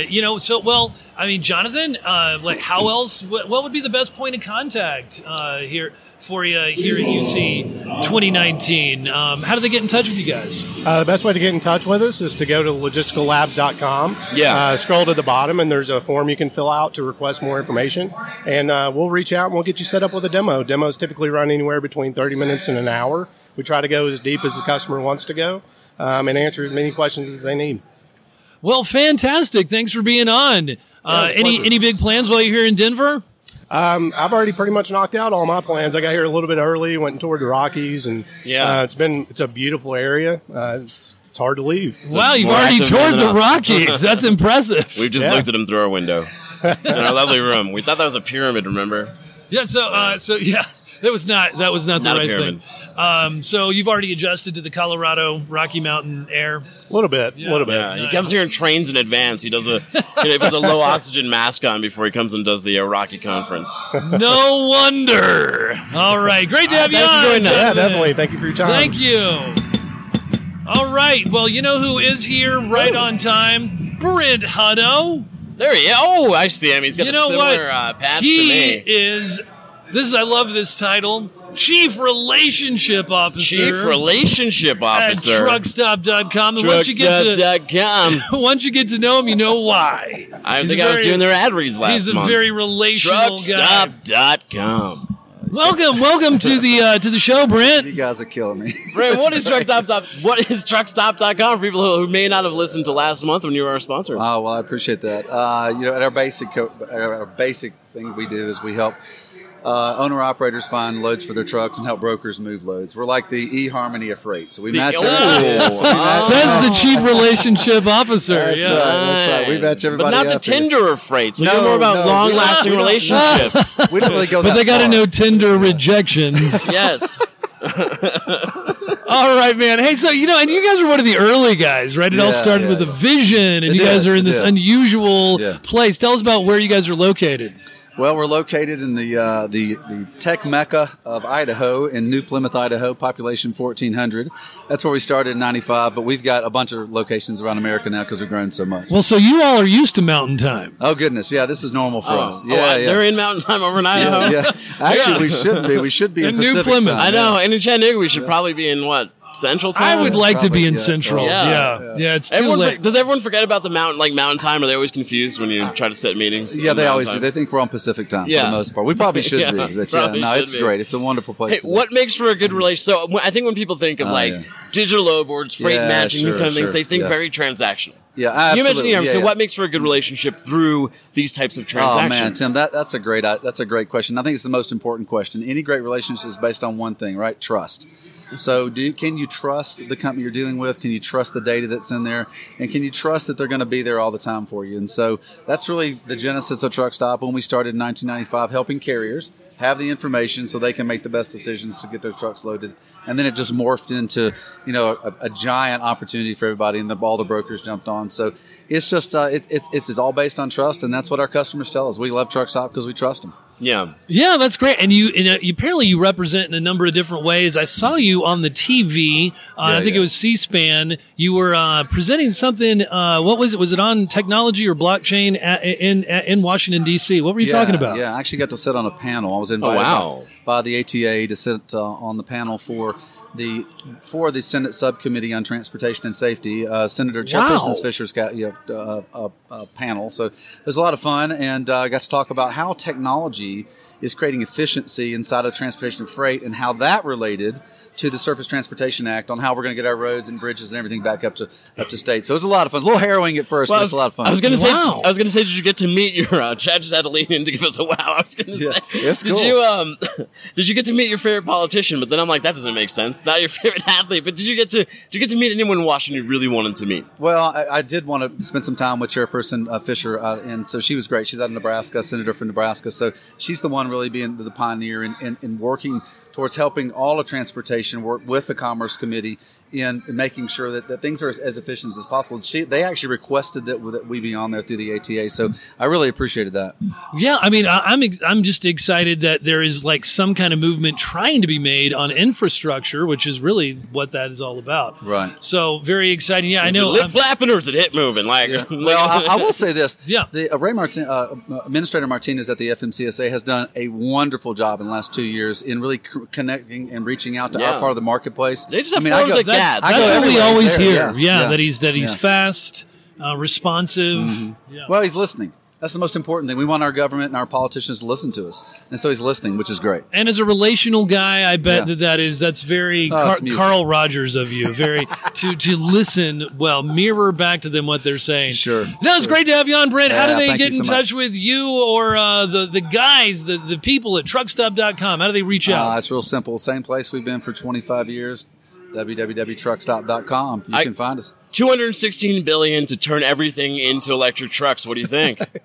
Speaker 2: uh, you know, so well. I mean, Jonathan, uh, like, how else? What, what would be the best point of contact uh, here for you here at UC 2019? Um, how do they get in touch with you guys?
Speaker 5: Uh, the best way to get in touch with us is to go to logisticallabs.com.
Speaker 1: Yeah.
Speaker 5: Uh, scroll to the bottom, and there's a form you can fill out to request more information. And uh, we'll reach out and we'll get you set up with a demo. Demos typically run anywhere between 30 minutes and an hour. We try to go as deep as the customer wants to go um, and answer as many questions as they need.
Speaker 2: Well, fantastic. Thanks for being on. Uh,
Speaker 5: it's a
Speaker 2: any
Speaker 5: pleasure.
Speaker 2: any big plans while you're here in Denver?
Speaker 5: Um, I've already pretty much knocked out all my plans. I got here a little bit early, went and toured the Rockies, and
Speaker 1: Yeah.
Speaker 5: uh, it's been it's a beautiful area. Uh, it's, it's hard to leave.
Speaker 2: wow, you've
Speaker 1: more
Speaker 2: already
Speaker 1: active
Speaker 2: toured
Speaker 1: than
Speaker 2: the
Speaker 1: us.
Speaker 2: Rockies. That's impressive.
Speaker 1: We've just
Speaker 5: Yeah.
Speaker 1: looked at him through our window in our lovely room. We thought that was a pyramid, remember?
Speaker 2: Yeah. So, uh, so yeah, that was not that was not the
Speaker 1: Not a
Speaker 2: right
Speaker 1: pyramid.
Speaker 2: thing. Um, so you've already adjusted to the Colorado Rocky Mountain air.
Speaker 5: A little bit, a little bit.
Speaker 1: Yeah, he
Speaker 2: Nice.
Speaker 1: comes here and trains in advance. He does a he puts a low oxygen mask on before he comes and does the uh, Rocky conference.
Speaker 2: No wonder. All right. Great
Speaker 5: Uh,
Speaker 2: to have you
Speaker 1: Thanks for
Speaker 2: on.
Speaker 1: joining us.
Speaker 5: Yeah,
Speaker 2: Justin.
Speaker 5: definitely. Thank you for your time.
Speaker 2: Thank you. All right. Well, you know who is here right on time? Brent Hutto.
Speaker 1: There he is. Oh, I see him. He's got
Speaker 2: You
Speaker 1: a
Speaker 2: know what?
Speaker 1: similar uh, patch to
Speaker 2: he
Speaker 1: me.
Speaker 2: is. This is. I love this title. Chief Relationship Officer.
Speaker 1: Chief Relationship
Speaker 2: at
Speaker 1: Officer.
Speaker 2: truckstop.com. And once you get to
Speaker 1: Truckstop.com.
Speaker 2: once you get to know him, you know why.
Speaker 1: Um, I
Speaker 2: He's
Speaker 1: think
Speaker 2: a
Speaker 1: I was
Speaker 2: very-
Speaker 1: doing their ad reads last
Speaker 2: He's a
Speaker 1: month.
Speaker 2: very relational guy.
Speaker 1: Truckstop.com.
Speaker 2: Welcome, welcome to the uh, to the show, Brent.
Speaker 6: You guys are killing me.
Speaker 1: Brent, what is truckstop? What is truckstop.com for people who, who may not have listened to last month when you were our sponsor?
Speaker 6: Oh well, I appreciate that. Uh, you know, at our basic co- at our basic thing we do is we help uh, owner operators find loads for their trucks and help brokers move loads. We're like the eHarmony of freight. So we
Speaker 1: The-
Speaker 6: match
Speaker 1: oh.
Speaker 6: everybody. Yes, we match-
Speaker 2: Says the chief relationship officer.
Speaker 6: That's
Speaker 2: yeah.
Speaker 6: right. That's right. We match
Speaker 1: But
Speaker 6: everybody.
Speaker 1: not the
Speaker 6: up and-
Speaker 1: Tinder of freight. So
Speaker 6: No,
Speaker 1: you're more about
Speaker 6: no,
Speaker 1: long
Speaker 6: we
Speaker 1: lasting
Speaker 6: don't- we don't-
Speaker 1: relationships.
Speaker 6: We don't really go.
Speaker 2: But
Speaker 6: that
Speaker 2: they got to
Speaker 6: far.
Speaker 2: know Tinder rejections.
Speaker 1: yes.
Speaker 2: All right, man. Hey, so you know, and you guys are one of the early guys, right? It all
Speaker 6: Yeah,
Speaker 2: started
Speaker 6: yeah,
Speaker 2: with a
Speaker 6: yeah.
Speaker 2: vision, and
Speaker 6: It
Speaker 2: you
Speaker 6: did,
Speaker 2: guys are in
Speaker 6: it
Speaker 2: this
Speaker 6: did.
Speaker 2: unusual
Speaker 6: Yeah.
Speaker 2: place. Tell us about where you guys are located.
Speaker 6: Well, we're located in the uh, the the tech mecca of Idaho in New Plymouth, Idaho. Population fourteen hundred. That's where we started in '95, but we've got a bunch of locations around America now because we've grown so much.
Speaker 2: Well, so you all are used to mountain time.
Speaker 6: Oh goodness, yeah, this is normal for us.
Speaker 1: oh,
Speaker 6: Yeah,
Speaker 1: I-
Speaker 6: yeah.
Speaker 1: they're in Mountain Time over in Idaho.
Speaker 6: yeah, yeah. Actually, we should be. We should be in,
Speaker 2: In New
Speaker 6: Pacific
Speaker 2: Plymouth.
Speaker 6: time,
Speaker 1: I
Speaker 6: yeah.
Speaker 1: know. And in Chattanooga, we should probably be in what Central
Speaker 2: I
Speaker 1: Time.
Speaker 2: would like to be
Speaker 6: probably,
Speaker 2: in
Speaker 6: yeah.
Speaker 2: Central.
Speaker 1: Yeah.
Speaker 2: Yeah. yeah, It's too
Speaker 1: Everyone for,
Speaker 2: late.
Speaker 1: does everyone forget about the mountain like Mountain Time? Are they always confused when you try to set meetings?
Speaker 6: Ah. Yeah,
Speaker 1: on
Speaker 6: they
Speaker 1: Mountain
Speaker 6: always
Speaker 1: Time?
Speaker 6: do. They think we're on Pacific time for
Speaker 1: Yeah.
Speaker 6: the most part. We probably should
Speaker 1: Yeah,
Speaker 6: be. But yeah,
Speaker 1: probably
Speaker 6: no,
Speaker 1: should
Speaker 6: it's
Speaker 1: be.
Speaker 6: great. It's a wonderful place.
Speaker 1: Hey,
Speaker 6: to be.
Speaker 1: what makes for a good relation? So when- I think when people think of
Speaker 6: Oh,
Speaker 1: like
Speaker 6: yeah.
Speaker 1: digital load boards, freight
Speaker 6: Yeah,
Speaker 1: matching, these
Speaker 6: sure,
Speaker 1: kind of things,
Speaker 6: sure,
Speaker 1: they think
Speaker 6: yeah.
Speaker 1: very transactional.
Speaker 6: Yeah,
Speaker 1: Can you imagine
Speaker 6: absolutely.
Speaker 1: the
Speaker 6: yeah, Mm-hmm.
Speaker 1: so
Speaker 6: yeah.
Speaker 1: what makes for a good relationship through these types of
Speaker 6: Oh
Speaker 1: transactions?
Speaker 6: man, Tim, that, that's a great uh, that's a great question. I think it's the most important question. Any great relationship is based on one thing, right? Trust. So, do can you trust the company you're dealing with? Can you trust the data that's in there, and can you trust that they're going to be there all the time for you? And so, that's really the genesis of Truck Stop when we started in 1995, helping carriers have the information so they can make the best decisions to get their trucks loaded. And then it just morphed into, you know, a, a giant opportunity for everybody, and the, all the brokers jumped on. So it's just, uh, it, it, it's, it's all based on trust, and that's what our customers tell us. We love Truck Stop because we trust them.
Speaker 1: yeah.
Speaker 2: Yeah, that's great. And you, and uh, you apparently you represent in a number of different ways. I saw you on the TV. Uh, I
Speaker 6: Yeah,
Speaker 2: think
Speaker 6: yeah.
Speaker 2: it was C-SPAN. You were uh, presenting something. Uh, what was it? Was it on technology or blockchain at, in at, in Washington D.C.? What were you
Speaker 6: Yeah,
Speaker 2: talking about?
Speaker 6: Yeah, I actually got to sit on a panel. I was invited
Speaker 1: Oh, wow.
Speaker 6: by, by the ATA to sit uh, on the panel for the for the Senate Subcommittee on Transportation and Safety. Uh, Senator Chairperson Fisher's got you know, uh, a, a panel, so it was a lot of fun, and uh, I got to talk about how technology is creating efficiency inside of transportation and freight, and how that related. To the Surface Transportation Act on how we're going to get our roads and bridges and everything back up to up to state. So it was a lot of fun. A little harrowing at first,
Speaker 1: Well,
Speaker 6: but it was a lot of fun.
Speaker 1: I was gonna
Speaker 2: Wow.
Speaker 1: say, I was gonna say, did you get to meet your uh, Chad just had to lean in to give us a wow. I was gonna
Speaker 6: Yeah,
Speaker 1: say,
Speaker 6: it's
Speaker 1: did
Speaker 6: cool.
Speaker 1: you um, did you get to meet your favorite politician? But then I'm like, that doesn't make sense. Not your favorite athlete, but did you get to did you get to meet anyone in Washington you really wanted to meet?
Speaker 6: Well, I, I did want to spend some time with Chairperson uh, Fisher, uh, and so she was great. She's out of Nebraska, senator from Nebraska, so she's the one really being the pioneer in, in, in working towards helping all of transportation work with the Commerce Committee in, in making sure that, that things are as, as efficient as possible. She, they actually requested that, that we be on there through the ATA, so I really appreciated that.
Speaker 2: Yeah, I mean, I, I'm ex- I'm just excited that there is like some kind of movement trying to be made on infrastructure, which is really what that is all about.
Speaker 6: Right.
Speaker 2: So very exciting. Yeah, I
Speaker 1: Is
Speaker 2: know.
Speaker 1: it lip
Speaker 2: I'm-
Speaker 1: flapping or is it hip moving? Like, like-
Speaker 6: well, I, I will say this.
Speaker 2: Yeah.
Speaker 6: The, uh, Ray Martin, uh, Administrator Martinez at the FMCSA has done a wonderful job in the last two years in really c- connecting and reaching out to
Speaker 1: Yeah.
Speaker 6: our part of the marketplace.
Speaker 1: They just have
Speaker 6: I
Speaker 1: forums
Speaker 6: go-
Speaker 1: like
Speaker 2: that's
Speaker 1: that.
Speaker 6: I go
Speaker 2: that's what we
Speaker 6: everywhere.
Speaker 2: always
Speaker 6: There,
Speaker 2: hear. Yeah,
Speaker 6: yeah, yeah.
Speaker 2: that he's that he's
Speaker 6: Yeah. Mm-hmm.
Speaker 2: fast, uh, responsive. Yeah.
Speaker 6: Well, he's listening. That's the most important thing. We want our government and our politicians to listen to us, and so he's listening, which is great.
Speaker 2: and as a relational guy, I bet
Speaker 6: Yeah.
Speaker 2: that that is that's very
Speaker 6: Oh,
Speaker 2: Car-
Speaker 6: it's music.
Speaker 2: Carl Rogers of you. Very to to listen well, mirror back to them what they're saying.
Speaker 6: Sure.
Speaker 2: No, it's great to have you on, Brent. How do
Speaker 6: Yeah,
Speaker 2: they
Speaker 6: thank
Speaker 2: get
Speaker 6: you
Speaker 2: in
Speaker 6: so
Speaker 2: touch with you or uh, the the guys, the the people at truckstop.com? How do they reach
Speaker 6: Uh,
Speaker 2: out?
Speaker 6: it's real simple. Same place we've been for 25 years. www.truckstop.com. You
Speaker 1: I-
Speaker 6: can find us.
Speaker 1: 216 billion to turn everything into electric trucks. What do you think?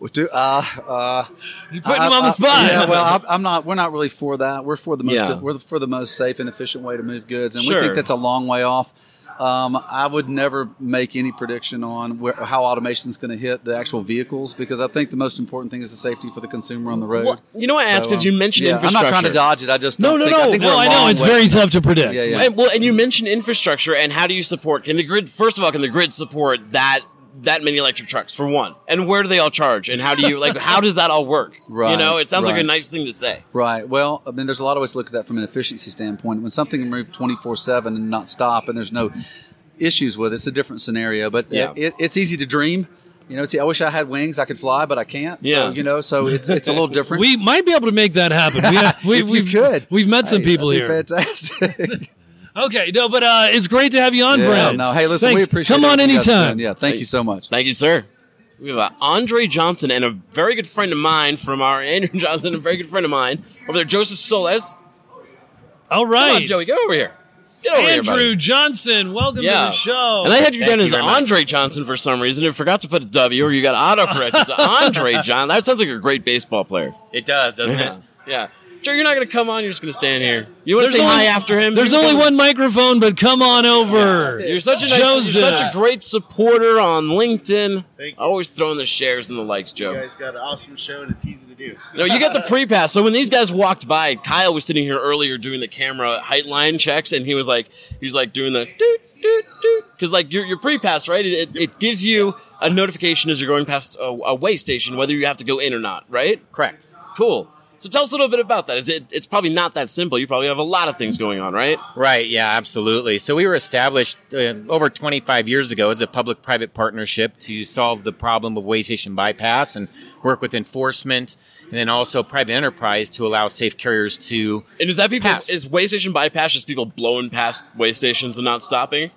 Speaker 6: Well, do- uh, uh,
Speaker 2: You're putting
Speaker 6: I-
Speaker 2: them on
Speaker 6: I-
Speaker 2: the spot.
Speaker 6: Yeah, well, I'm- I'm not. We're not really for that. We're for the most.
Speaker 1: Yeah.
Speaker 6: We're for the most safe and efficient way to move goods, and
Speaker 1: Sure.
Speaker 6: we think that's a long way off. Um, I would never make any prediction on where, how automation is going to hit the actual vehicles because I think the most important thing is the safety for the consumer on the road.
Speaker 1: Well, you know what I ask
Speaker 6: So, um,
Speaker 1: is you mentioned
Speaker 6: yeah, I'm
Speaker 1: infrastructure.
Speaker 6: not trying to dodge it. I just
Speaker 1: No,
Speaker 6: don't think,
Speaker 1: no, no.
Speaker 6: I think
Speaker 2: no,
Speaker 6: we're a
Speaker 2: I know
Speaker 6: long
Speaker 2: it's
Speaker 6: way-
Speaker 2: very tough to predict.
Speaker 6: Yeah, yeah.
Speaker 1: And, well, and you mentioned infrastructure and how do you support? Can the grid first of all can the grid support that that many electric trucks for one? And where do they all charge? And how do you like how does that all work? you
Speaker 6: Right,
Speaker 1: know, it sounds like a
Speaker 6: right.
Speaker 1: nice thing to say.
Speaker 6: Right. Well, I mean, there's a lot of ways to look at that from an efficiency standpoint. When something moved 24 7 and not stop and there's no issues with it, it's a different scenario. But
Speaker 1: Yeah.
Speaker 6: it, it, it's easy to dream. You know, it's, I wish I had wings. I could fly, but I can't.
Speaker 1: Yeah.
Speaker 6: So, you know, so it's, it's a little different.
Speaker 2: We might be able to make that happen. We,
Speaker 6: if
Speaker 2: we,
Speaker 6: you
Speaker 2: have
Speaker 6: could.
Speaker 2: We've met some
Speaker 6: Hey,
Speaker 2: people
Speaker 6: that'd
Speaker 2: here.
Speaker 6: be Fantastic.
Speaker 2: Okay, no, but uh, it's great to have you on,
Speaker 6: yeah,
Speaker 2: Brent.
Speaker 6: No, hey, listen, we
Speaker 2: Thanks.
Speaker 6: appreciate
Speaker 2: Come on
Speaker 6: everything you guys are
Speaker 2: anytime.
Speaker 6: doing. Yeah, thank you so much.
Speaker 1: Thank you, sir. We have uh, Andre Johnson and a very good friend of mine from our Andrew Johnson, a very good friend of mine over there, Joseph Soles.
Speaker 2: All
Speaker 1: Come
Speaker 2: right,
Speaker 1: on, Joey, get over here. Get over here, buddy.
Speaker 2: Andrew Johnson, welcome to the show.
Speaker 1: And I had you
Speaker 7: Thank
Speaker 1: down
Speaker 7: you
Speaker 1: as
Speaker 7: very much.
Speaker 1: Andre Johnson for some reason and forgot to put a W or you got autocorrected to Andre John. That sounds like a great baseball player.
Speaker 7: It does, doesn't
Speaker 1: Yeah.
Speaker 7: it?
Speaker 1: Yeah. Joe, you're not going to come on. You're just going to stand here. You want to
Speaker 2: There's
Speaker 1: say hi
Speaker 2: only-
Speaker 1: after him?
Speaker 2: There's
Speaker 1: You
Speaker 2: only
Speaker 1: can-
Speaker 2: one microphone, but come on over.
Speaker 1: You're such a nice, you're
Speaker 2: Joseph.
Speaker 1: such a great supporter on LinkedIn.
Speaker 7: Thank you.
Speaker 1: Always throwing the shares and the likes, Joe.
Speaker 7: You guys got an awesome show and it's easy to do.
Speaker 1: No, you got the pre-pass. So when these guys walked by, Kyle was sitting here earlier doing the camera height line checks, and he was like, he's like doing the doot doot doot because like your your pre-pass, right? It, it, it gives you a notification as you're going past a, a way station whether you have to go in or not, right?
Speaker 7: Correct.
Speaker 1: Cool. So tell us a little bit about that. Is it? It's probably not that simple. You probably have a lot of things going on, right?
Speaker 7: Right, yeah, absolutely. So we were established uh, over 25 years ago as a public private partnership to solve the problem of way station bypass and work with enforcement and then also private enterprise to allow safe carriers to.
Speaker 1: And is that people?
Speaker 7: Pass.
Speaker 1: Is way station bypass just people blowing past way stations and not stopping?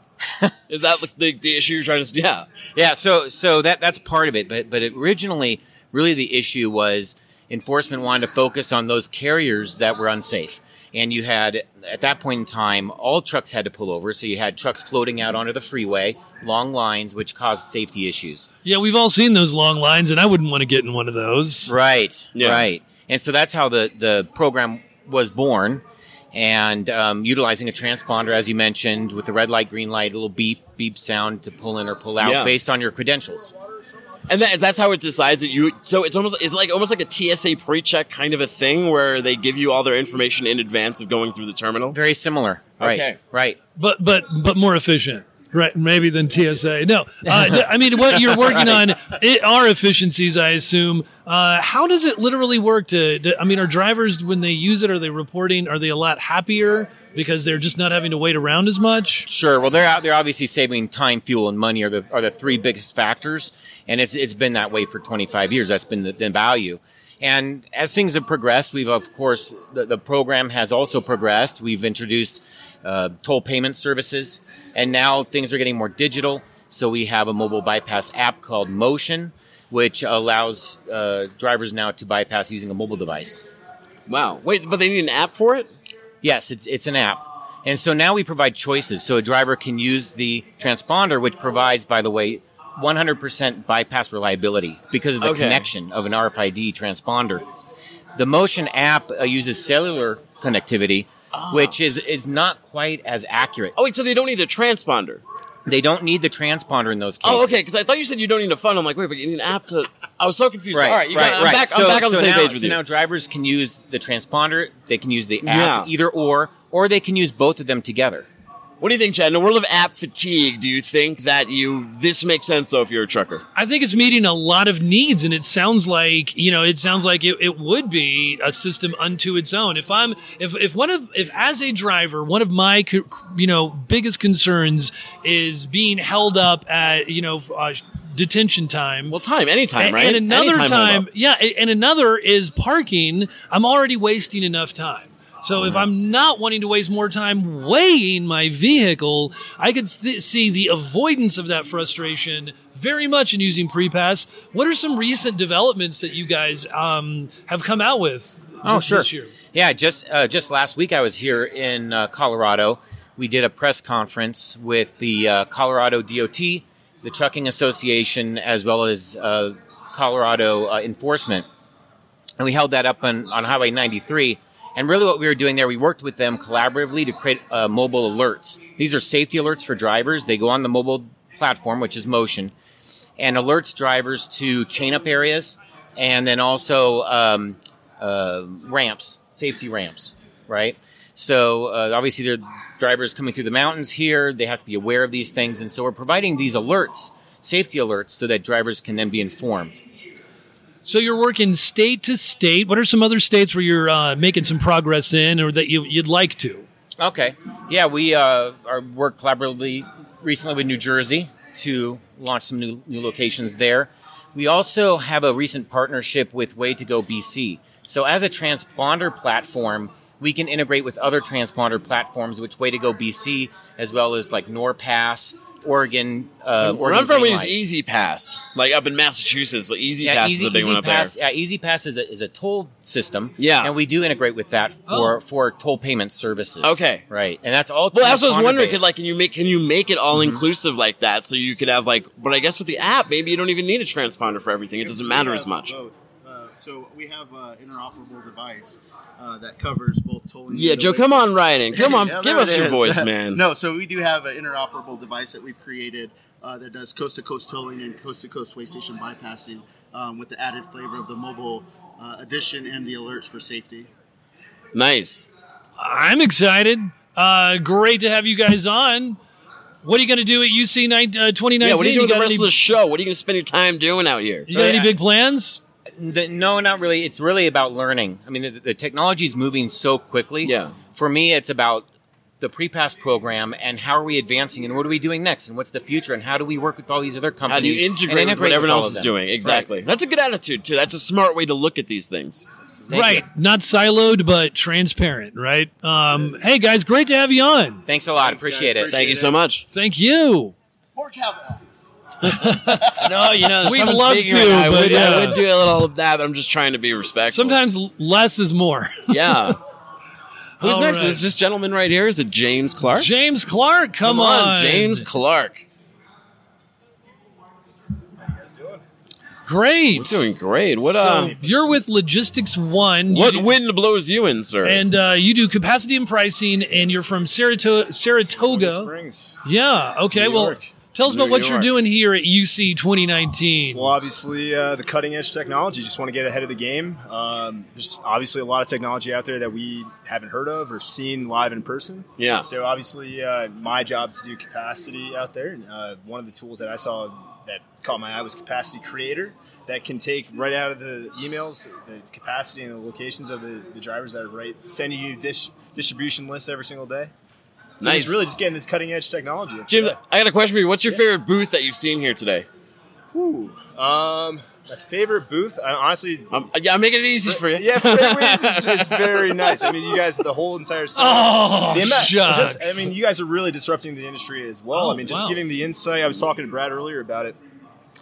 Speaker 1: is that like the, the issue you're trying to? Yeah.
Speaker 7: Yeah, so so that that's part of it, but but originally really the issue was enforcement wanted to focus on those carriers that were unsafe. And you had at that point in time all trucks had to pull over, so you had trucks floating out onto the freeway, long lines which caused safety issues.
Speaker 2: Yeah, we've all seen those long lines, and I wouldn't want to get in one of those.
Speaker 7: Right.
Speaker 1: Yeah.
Speaker 7: Right. And so that's how the, the program was born. And um, utilizing a transponder, as you mentioned, with the red light, green light, a little beep, beep sound to pull in or pull out
Speaker 1: Yeah.
Speaker 7: based on your credentials.
Speaker 1: And that, that's how it decides that you. So it's almost it's like almost like a TSA pre-check kind of a thing where they give you all their information in advance of going through the terminal.
Speaker 7: Very similar. Right.
Speaker 1: Okay.
Speaker 7: Right.
Speaker 2: but but but more efficient right maybe than tsa no uh, th- i mean what you're working on it are efficiencies i assume uh, how does it literally work to, to i mean are drivers when they use it are they reporting are they a lot happier because they're just not having to wait around as much
Speaker 7: Sure. Well, they're out there obviously saving time, fuel, and money are the are the three biggest factors, and it's it's been that way for 25 years. That's been the, the value. And as things have progressed, we've of course the, the program has also progressed. We've introduced uh, toll payment services, and now things are getting more digital. So we have a mobile bypass app called Motion, which allows uh, drivers now to bypass using a mobile device.
Speaker 1: Wow. Wait, but they need an app for it.
Speaker 7: Yes, it's it's an app. And so now we provide choices. So a driver can use the transponder, which provides, by the way, 100% bypass reliability because of the
Speaker 1: Okay.
Speaker 7: connection of an RFID transponder. The Motion app uh, uses cellular connectivity, which is, is not quite as accurate.
Speaker 1: Ah. Oh wait, so they don't need a transponder.
Speaker 7: They don't need the transponder in those cases.
Speaker 1: Oh, okay. Because I thought you said you don't need a phone. I'm like, wait, but you need an app to. I was so confused.
Speaker 7: Right,
Speaker 1: All right, you
Speaker 7: right,
Speaker 1: got, I'm
Speaker 7: right.
Speaker 1: back.
Speaker 7: So-
Speaker 1: I'm back on the
Speaker 7: so
Speaker 1: same
Speaker 7: now,
Speaker 1: page with
Speaker 7: so
Speaker 1: you.
Speaker 7: now drivers can use the transponder, they can use the app,
Speaker 1: Yeah.
Speaker 7: either or, or they can use both of them together.
Speaker 1: what do you think, Chad? In a world of app fatigue, do you think that you this makes sense though if you're a trucker?
Speaker 2: i think it's meeting a lot of needs and it sounds like you know it sounds like it, it would be a system unto its own if i'm if if one of if as a driver one of my co- you know biggest concerns is being held up at you know uh, detention time
Speaker 1: Well, time, anytime,
Speaker 2: and,
Speaker 1: right?
Speaker 2: and another
Speaker 1: Anytime
Speaker 2: time,
Speaker 1: hold up.
Speaker 2: yeah, a- and another is parking. I'm already wasting enough time. So if I'm not wanting to waste more time weighing my vehicle, I could th- see the avoidance of that frustration very much in using pre-pass. What are some recent developments that you guys um, have come out with?
Speaker 7: Oh,
Speaker 2: this-
Speaker 7: sure.
Speaker 2: This year?
Speaker 7: Yeah, just uh, just last week I was here in uh, Colorado. We did a press conference with the uh, Colorado DOT, the Trucking Association, as well as uh, Colorado uh, Enforcement, and we held that up on, on Highway 93. And really, what we were doing there, we worked with them collaboratively to create uh, mobile alerts. These are safety alerts for drivers. They go on the mobile platform, which is Motion, and alerts drivers to chain up areas and then also um, uh, ramps, safety ramps, right? So uh, obviously, there are drivers coming through the mountains here. They have to be aware of these things. And so we're providing these alerts, safety alerts, so that drivers can then be informed.
Speaker 2: So you're working state to state. What are some other states where you're uh, making some progress in, or that you, you'd like to?
Speaker 7: Okay. Yeah, we uh, are worked collaboratively recently with New Jersey to launch some new, new locations there. We also have a recent partnership with Way to Go BC. So, as a transponder platform, we can integrate with other transponder platforms, which Way to Go BC, as well as like NorPass, Oregon. Uh,
Speaker 1: Where
Speaker 7: Oregon
Speaker 1: I'm from, we
Speaker 7: Green
Speaker 1: use
Speaker 7: Light.
Speaker 1: Easy Pass, like up in Massachusetts. Like Easy
Speaker 7: Yeah,
Speaker 1: Pass
Speaker 7: Easy,
Speaker 1: is the big
Speaker 7: Easy
Speaker 1: one up there.
Speaker 7: Pass, Yeah, Easy Pass is a, is a toll system.
Speaker 1: Yeah. Oh.
Speaker 7: and we do integrate with that for for toll payment services.
Speaker 1: Okay.
Speaker 7: right, and that's all.
Speaker 1: Well, that's what I was
Speaker 7: transponder
Speaker 1: wondering
Speaker 7: based.
Speaker 1: because, like, can you make can you make it
Speaker 7: Mm-hmm.
Speaker 1: all inclusive like that so you could have like? But I guess with the app, maybe you don't even need a transponder for everything. It doesn't matter as much.
Speaker 7: both.
Speaker 1: Oh,
Speaker 8: Uh, So we have an interoperable device uh, that covers both tolling.
Speaker 1: Yeah,
Speaker 8: and
Speaker 1: Joe,
Speaker 8: delivery.
Speaker 1: come on, Ryan. Come on,
Speaker 8: Yeah,
Speaker 1: give
Speaker 8: there
Speaker 1: us
Speaker 8: it
Speaker 1: your
Speaker 8: is.
Speaker 1: voice, man.
Speaker 8: no, so we do have an interoperable device that we've created uh, that does coast to coast tolling and coast to coast way station bypassing um, with the added flavor of the mobile uh, addition and the alerts for safety.
Speaker 1: Nice.
Speaker 2: I'm excited. Uh, great to have you guys on. What are you going to do at UC nine, uh, 2019?
Speaker 1: Yeah, what are you doing the
Speaker 2: got
Speaker 1: rest
Speaker 2: any,
Speaker 1: of the show? What are you going to spend your time doing out here?
Speaker 2: you got any big plans?
Speaker 7: The, no, not really. It's really about learning. I mean, the, the technology is moving so quickly.
Speaker 1: Yeah.
Speaker 7: For me, it's about the pre-pass program and how are we advancing and what are we doing next and what's the future and how do we work with all these other companies?
Speaker 1: How do you
Speaker 7: and
Speaker 1: integrate, with what everyone
Speaker 7: all
Speaker 1: else
Speaker 7: of
Speaker 1: is
Speaker 7: them?
Speaker 1: doing?
Speaker 7: Right.
Speaker 1: Exactly. That's a good attitude too. That's a smart way to look at these things.
Speaker 7: Thank
Speaker 2: right.
Speaker 7: you.
Speaker 2: Not siloed, but transparent, right? Um, hey, guys, great to have you on.
Speaker 7: Thanks a lot. Appreciate it.
Speaker 1: Thank you so much.
Speaker 2: Thank you.
Speaker 8: More cowbell.
Speaker 1: No, you know,
Speaker 2: We'd
Speaker 1: someone's
Speaker 2: love
Speaker 1: big
Speaker 2: to,
Speaker 1: right now. I
Speaker 2: but
Speaker 1: would,
Speaker 2: yeah.
Speaker 1: I would do a little of that. But I'm just trying to be respectful.
Speaker 2: Sometimes l- less is more.
Speaker 1: yeah. Who's
Speaker 2: All
Speaker 1: next?
Speaker 2: right.
Speaker 1: Is this gentleman right here? Is it James Clark?
Speaker 2: James Clark, come,
Speaker 1: Come on, James Clark.
Speaker 2: Great.
Speaker 1: We're doing great. What
Speaker 2: So,
Speaker 1: um,
Speaker 2: you're with Logistics One. You
Speaker 1: what
Speaker 2: do-
Speaker 1: wind blows you in, sir?
Speaker 2: and uh, you do capacity and pricing, and you're from Sarato- Saratoga.
Speaker 9: Springs.
Speaker 2: Yeah. Okay.
Speaker 9: New
Speaker 2: well,
Speaker 9: York.
Speaker 2: tell us about
Speaker 1: New
Speaker 2: what you're
Speaker 1: York.
Speaker 2: doing here at UC 2019.
Speaker 9: Well, obviously, uh, the cutting edge technology. Just want to get ahead of the game. Um, there's obviously a lot of technology out there that we haven't heard of or seen live in person.
Speaker 1: Yeah.
Speaker 9: So obviously, uh, my job is to do capacity out there. And, uh, one of the tools that I saw that caught my eye was Capacity Creator, that can take right out of the emails the capacity and the locations of the, the drivers that are right sending you dish, distribution lists every single day. So
Speaker 1: nice.
Speaker 9: It's really just getting this cutting edge technology.
Speaker 1: James, I got a question for you. What's your favorite booth that you've seen here today?
Speaker 9: Um, my favorite booth, I honestly.
Speaker 1: I'm, yeah, I'm making it easy for you.
Speaker 9: Yeah, favorite is, is very nice. I mean, you guys, the whole entire.
Speaker 2: Oh,
Speaker 9: The amount-
Speaker 2: shucks.
Speaker 9: just- I mean, you guys are really disrupting the industry as well.
Speaker 2: Oh,
Speaker 9: I mean, just
Speaker 2: wow.
Speaker 9: giving the insight. I was talking to Brad earlier about it.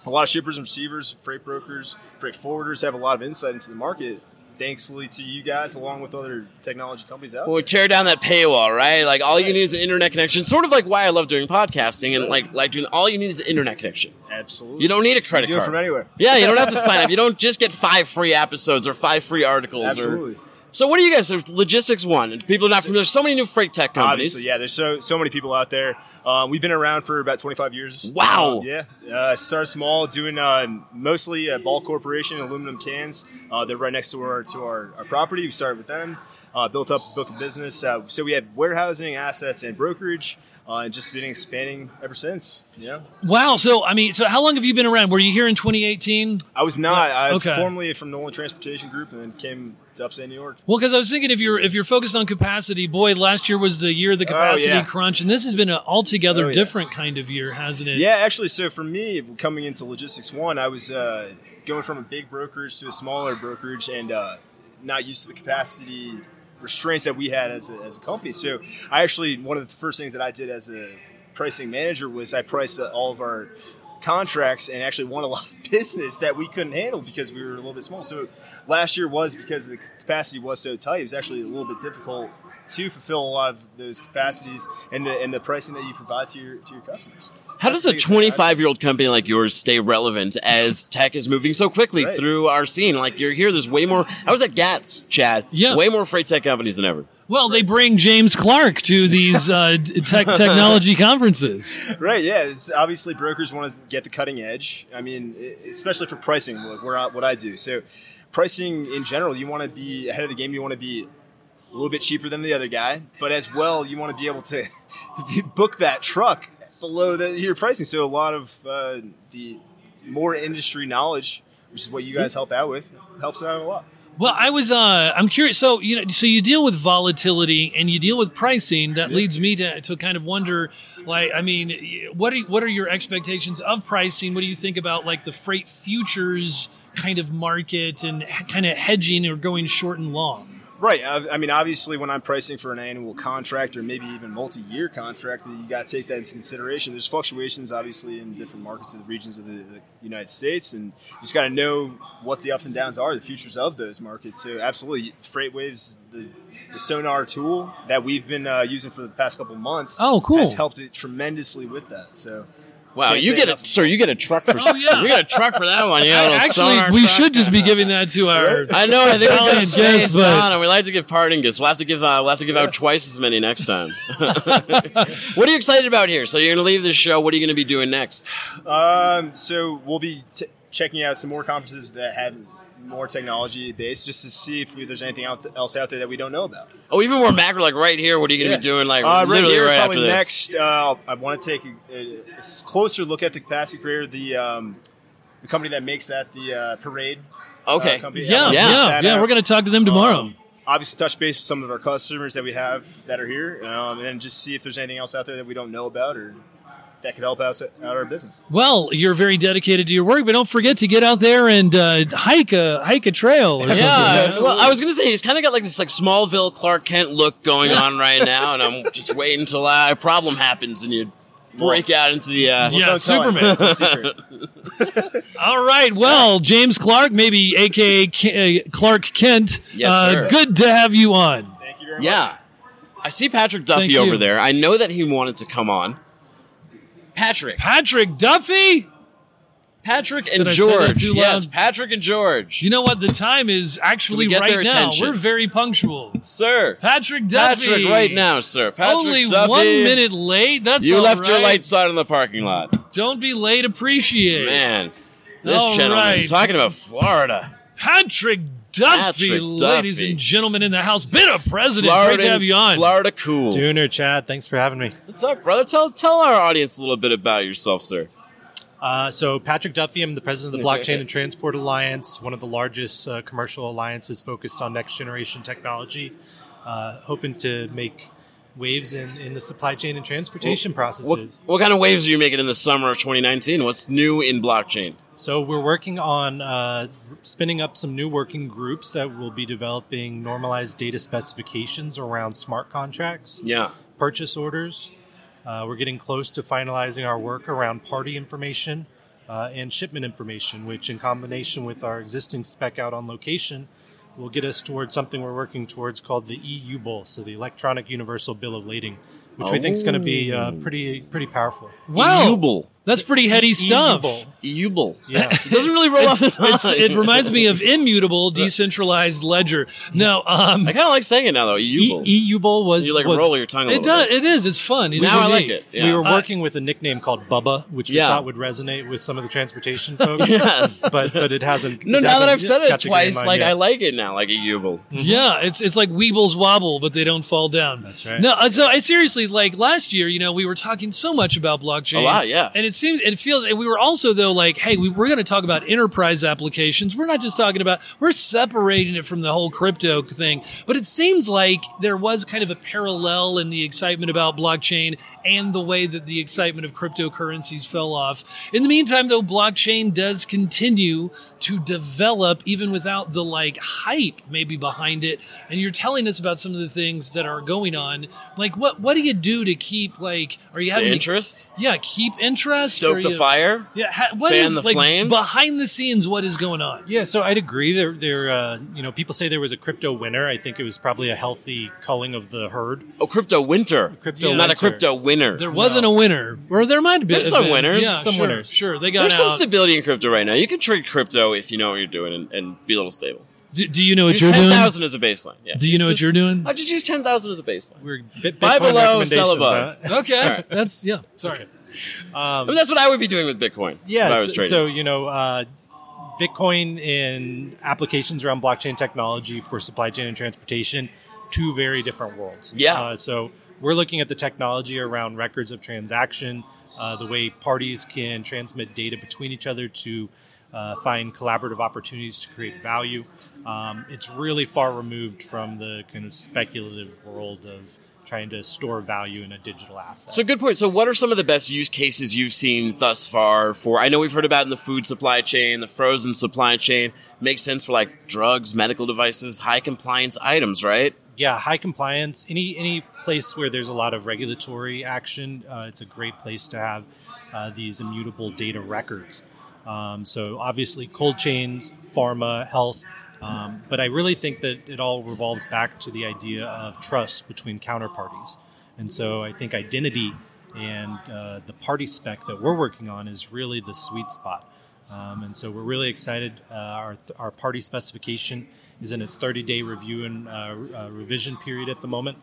Speaker 9: A lot of shippers and receivers, freight brokers, freight forwarders have a lot of insight into the market. Thankfully to you guys, along with other technology companies out
Speaker 1: Well, we tear down that paywall, right? Like all you need is an internet connection. Sort of like why I love doing podcasting and like like doing all you need is an internet connection.
Speaker 9: there. Absolutely.
Speaker 1: You don't need a
Speaker 9: You
Speaker 1: credit
Speaker 9: can do it
Speaker 1: card.
Speaker 9: from anywhere.
Speaker 1: Yeah, you don't have to sign up. You don't just get five free episodes or five free articles. Or...
Speaker 9: Absolutely.
Speaker 1: So what do you guys? There's Logistics One. and People are not familiar. There's so many new freight tech companies.
Speaker 9: Obviously, yeah. There's so so many people out there. Um, we've been around for about 25 years.
Speaker 1: Wow.
Speaker 9: Uh, yeah. Uh, started small, doing uh, mostly uh, Ball Corporation aluminum cans. Uh, they're right next to our to our, our property. We started with them, uh, built up a book of business. Uh, so we had warehousing assets and brokerage, uh, and just been expanding ever since. Yeah.
Speaker 2: wow. So, I mean, so how long have you been around? Were you here in 2018?
Speaker 9: I was not. I
Speaker 2: Okay.
Speaker 9: formerly from Nolan Transportation Group, and then came to upstate New York.
Speaker 2: Well, because I was thinking if you're if you're focused on capacity, boy, last year was the year of the capacity
Speaker 9: Oh, yeah.
Speaker 2: crunch, and this has been an altogether
Speaker 9: Oh, yeah.
Speaker 2: different kind of year, hasn't it?
Speaker 9: Yeah, actually, so for me, coming into Logistics One, I was uh, going from a big brokerage to a smaller brokerage and uh, not used to the capacity restraints that we had as a, as a company. So I actually, one of the first things that I did as a pricing manager was I priced uh, all of our contracts and actually won a lot of business that we couldn't handle because we were a little bit small. So last year was because the capacity was so tight, it was actually a little bit difficult to fulfill a lot of those capacities and the and the pricing that you provide to your to your customers.
Speaker 1: How
Speaker 9: That's
Speaker 1: does a
Speaker 9: the biggest thing.
Speaker 1: 25 year old company like yours stay relevant as tech is moving so quickly
Speaker 9: Right.
Speaker 1: through our scene? Like you're here, there's way more. I was at GATS, Chad.
Speaker 2: Yeah.
Speaker 1: Way more freight tech companies than ever.
Speaker 2: Well, they bring James Clark to these uh, d- tech technology conferences.
Speaker 9: Right, yeah. It's obviously, brokers want to get the cutting edge. I mean, e- especially for pricing, like where I, what I do. So, pricing in general, you want to be ahead of the game. You want to be a little bit cheaper than the other guy, but as well, you want to be able to book that truck below the, your pricing. So, a lot of uh, the more industry knowledge, which is what you guys help out with, helps out a lot.
Speaker 2: Well, I was uh I'm curious. So, you know, so you deal with volatility and you deal with pricing. That leads me to, to kind of wonder like I mean, y- what are what are your expectations of pricing? What do you think about like the freight futures kind of market and h- kind of hedging or going short and long?
Speaker 9: Right. I, I mean, obviously, when I'm pricing for an annual contract or maybe even multi-year contract, you got to take that into consideration. There's fluctuations, obviously, in different markets of the regions of the, the United States, and you just got to know what the ups and downs are, the futures of those markets. So, absolutely, freight waves, the, the sonar tool that we've been uh, using for the past couple months,
Speaker 2: Oh, cool.
Speaker 9: has helped it tremendously with that. So,
Speaker 10: Can't
Speaker 1: Wow, Oh, you
Speaker 10: say
Speaker 1: get
Speaker 10: enough.
Speaker 1: a sir, you get a truck for
Speaker 2: Oh, yeah.
Speaker 1: you get a truck for that one. You know,
Speaker 2: I-
Speaker 1: little sonar
Speaker 2: actually, we
Speaker 1: truck.
Speaker 2: should just be giving that to our.
Speaker 1: I know. I think we're
Speaker 2: Valid
Speaker 1: gonna
Speaker 2: guess,
Speaker 1: stay in
Speaker 2: but-
Speaker 1: town, and we like to give parting gifts. We'll have to give uh, we'll have to give out twice as many next time. what are you excited about here? So you're gonna leave this show. What are you gonna be doing next?
Speaker 10: Um, so we'll be t- checking out some more conferences that have more technology based, just to see if we, there's anything out else out there that we don't know about.
Speaker 1: Oh, even more macro, like right here. What are you gonna be
Speaker 10: Yeah.
Speaker 1: doing? Like
Speaker 10: uh,
Speaker 1: literally
Speaker 10: here,
Speaker 1: right
Speaker 10: probably
Speaker 1: after this.
Speaker 10: next. Uh, I want to take a, a- a s- closer look at the capacity creator, the um, the company that makes that, the uh, parade. uh,
Speaker 1: Okay.
Speaker 10: company. I
Speaker 2: Yeah, yeah,
Speaker 10: wanna check
Speaker 2: yeah.
Speaker 10: that out.
Speaker 2: We're going to talk to them tomorrow.
Speaker 10: Um, obviously, touch base with some of our customers that we have that are here, um, and then just see if there's anything else out there that we don't know about or that could help us out our business.
Speaker 2: well, you're very dedicated to your work, but don't forget to get out there and uh, hike a hike a trail. Or something.
Speaker 1: Yeah, well, I was gonna say he's kind of got like this like Smallville Clark Kent look going on right now, and I'm just waiting until uh, a problem happens and you break out into the. Uh,
Speaker 2: Yeah,
Speaker 10: Don't tell anyone.
Speaker 2: Superman.
Speaker 10: It's a secret.
Speaker 2: All right. Well, James Clark, maybe AKA K- uh, Clark Kent. uh,
Speaker 1: Yes, sir.
Speaker 2: Good to have you on.
Speaker 10: Thank you very much.
Speaker 1: Yeah, I see Patrick
Speaker 2: Thank
Speaker 1: Duffy
Speaker 2: you.
Speaker 1: over there. I know that he wanted to come on. Patrick,
Speaker 2: Patrick Duffy.
Speaker 1: Patrick
Speaker 2: Did
Speaker 1: and
Speaker 2: I say that
Speaker 1: George.
Speaker 2: too
Speaker 1: Yes,
Speaker 2: loud?
Speaker 1: Patrick and George.
Speaker 2: You know what? The time is actually
Speaker 1: We get
Speaker 2: right
Speaker 1: their
Speaker 2: now.
Speaker 1: attention.
Speaker 2: We're very punctual.
Speaker 1: sir,
Speaker 2: Patrick Duffy.
Speaker 1: Patrick, right now, sir. Patrick
Speaker 2: Only
Speaker 1: Duffy.
Speaker 2: one minute late. That's
Speaker 1: You
Speaker 2: all
Speaker 1: left your
Speaker 2: right.
Speaker 1: lights on in the parking lot.
Speaker 2: Don't be late. Appreciate
Speaker 1: Man, this
Speaker 2: All
Speaker 1: gentleman
Speaker 2: right.
Speaker 1: talking about Florida.
Speaker 2: Patrick Duffy,
Speaker 1: Patrick
Speaker 2: ladies
Speaker 1: Duffy.
Speaker 2: and gentlemen in the house. Been a president. Great
Speaker 1: Florida,
Speaker 2: to have you on.
Speaker 1: Florida cool.
Speaker 11: Dooner, Chad, thanks for having me.
Speaker 1: What's up, brother? Tell tell our audience a little bit about yourself, sir.
Speaker 11: Uh, so, Patrick Duffy, I'm the president of the Blockchain and Transport Alliance, one of the largest uh, commercial alliances focused on next generation technology, uh, hoping to make waves in, in the supply chain and transportation
Speaker 1: What,
Speaker 11: processes.
Speaker 1: what kind of waves are you making in the summer of 2019? What's new in blockchain?
Speaker 11: So, we're working on uh, spinning up some new working groups that will be developing normalized data specifications around smart contracts.
Speaker 1: Yeah.
Speaker 11: purchase orders. Uh, we're getting close to finalizing our work around party information uh, and shipment information, which, in combination with our existing spec out on location, will get us towards something we're working towards called the EU Bill, so the Electronic Universal Bill of Lading, which we think is going to be uh, pretty pretty powerful.
Speaker 1: E
Speaker 2: Oh. Wow.
Speaker 1: Eubel.
Speaker 2: That's pretty heady stuff.
Speaker 11: Bill.
Speaker 1: Eubel.
Speaker 11: Yeah.
Speaker 1: It doesn't really roll off the
Speaker 2: It's- it's-
Speaker 1: tongue.
Speaker 2: it reminds me of immutable decentralized ledger. No, um,
Speaker 1: I kind of like saying it now, though.
Speaker 11: E-
Speaker 1: Eubel.
Speaker 11: EU Bill was
Speaker 1: you like
Speaker 11: was-
Speaker 1: roll your tongue a
Speaker 2: it
Speaker 1: little
Speaker 2: does.
Speaker 1: bit.
Speaker 2: It is. It's fun. It is
Speaker 1: now I like
Speaker 2: unique.
Speaker 1: it.
Speaker 11: We
Speaker 1: Yeah. Uh,
Speaker 11: were working with a nickname called Bubba, which we
Speaker 1: Yeah.
Speaker 11: thought would resonate with some of the transportation folks.
Speaker 1: yes.
Speaker 11: But, but it hasn't.
Speaker 1: No,
Speaker 11: it
Speaker 1: now that
Speaker 11: hasn't
Speaker 1: I've said it
Speaker 11: got the green
Speaker 1: twice,
Speaker 11: line
Speaker 1: like
Speaker 11: yet.
Speaker 1: I like it now, like a Eubel.
Speaker 2: Yeah, it's it's like Weebles wobble, but they don't fall down. That's
Speaker 11: right.
Speaker 2: No, uh, so I seriously like last year. You know, we were talking so much about blockchain,
Speaker 1: A lot, yeah.
Speaker 2: and it seems it feels. And we were also though like, hey, we we're going to talk about enterprise applications. We're not just talking about. We're separating it from the whole crypto thing. But it seems like there was kind of a parallel in the excitement about blockchain and the way that the excitement of cryptocurrencies fell off. In the meantime, though, blockchain does continue to develop even without the like hype maybe behind it. And you're telling us about some of the things that are going on. Like what what do you do to keep like are you having
Speaker 1: The
Speaker 2: to-
Speaker 1: interest?
Speaker 2: yeah, keep interest? Are
Speaker 1: Stoke the
Speaker 2: you-
Speaker 1: fire?
Speaker 2: Yeah, ha, what
Speaker 1: Fan
Speaker 2: is,
Speaker 1: the
Speaker 2: like
Speaker 1: flames?
Speaker 2: behind the scenes what is going on?
Speaker 11: Yeah, so I'd agree. There, there. Uh, you know, people say there was a crypto winner. I think it was probably a healthy culling of the herd.
Speaker 1: Oh, crypto winter.
Speaker 11: Crypto
Speaker 1: Not a
Speaker 11: winter.
Speaker 1: crypto winner.
Speaker 2: There wasn't a winner, or there might be.
Speaker 1: There's some winners.
Speaker 2: Yeah,
Speaker 11: Some
Speaker 2: sure,
Speaker 11: winners.
Speaker 2: Sure, they got
Speaker 1: There's some
Speaker 2: out.
Speaker 1: stability in crypto right now. You can trade crypto if you know what you're doing and, and be a little stable.
Speaker 2: do, do you know what
Speaker 1: Use
Speaker 2: you're doing?
Speaker 1: 10,000 as a baseline. Yeah.
Speaker 2: Do you know what you're doing?
Speaker 1: I just use 10,000 as a baseline.
Speaker 11: We're bit,
Speaker 1: Buy
Speaker 11: Bitcoin
Speaker 1: below,
Speaker 11: recommendations,
Speaker 1: sell above.
Speaker 11: huh? Um,
Speaker 2: Okay,
Speaker 1: All right.
Speaker 2: that's yeah. Sorry.
Speaker 1: I mean, that's what I would be doing with Bitcoin.
Speaker 11: Yeah.
Speaker 1: If I was
Speaker 11: so,
Speaker 1: trading.
Speaker 11: so, you know, uh, Bitcoin and applications around blockchain technology for supply chain and transportation, two very different worlds.
Speaker 1: Yeah.
Speaker 11: Uh, so we're looking at the technology around records of transaction, uh, the way parties can transmit data between each other to. Uh, find collaborative opportunities to create value. Um, it's really far removed from the kind of speculative world of trying to store value in a digital asset.
Speaker 1: So good point. So what are some of the best use cases you've seen thus far for I know we've heard about in the food supply chain, the frozen supply chain, makes sense for like drugs, medical devices, high compliance items, right?
Speaker 11: yeah high compliance any any place where there's a lot of regulatory action uh, it's a great place to have uh, these immutable data records um, so obviously cold chains pharma health um, but i really think that it all revolves back to the idea of trust between counterparties and so i think identity And uh, the party spec that we're working on is really the sweet spot. Um, and so we're really excited. Uh, our, our party specification is in its 30 day review and uh, re- uh, revision period at the moment.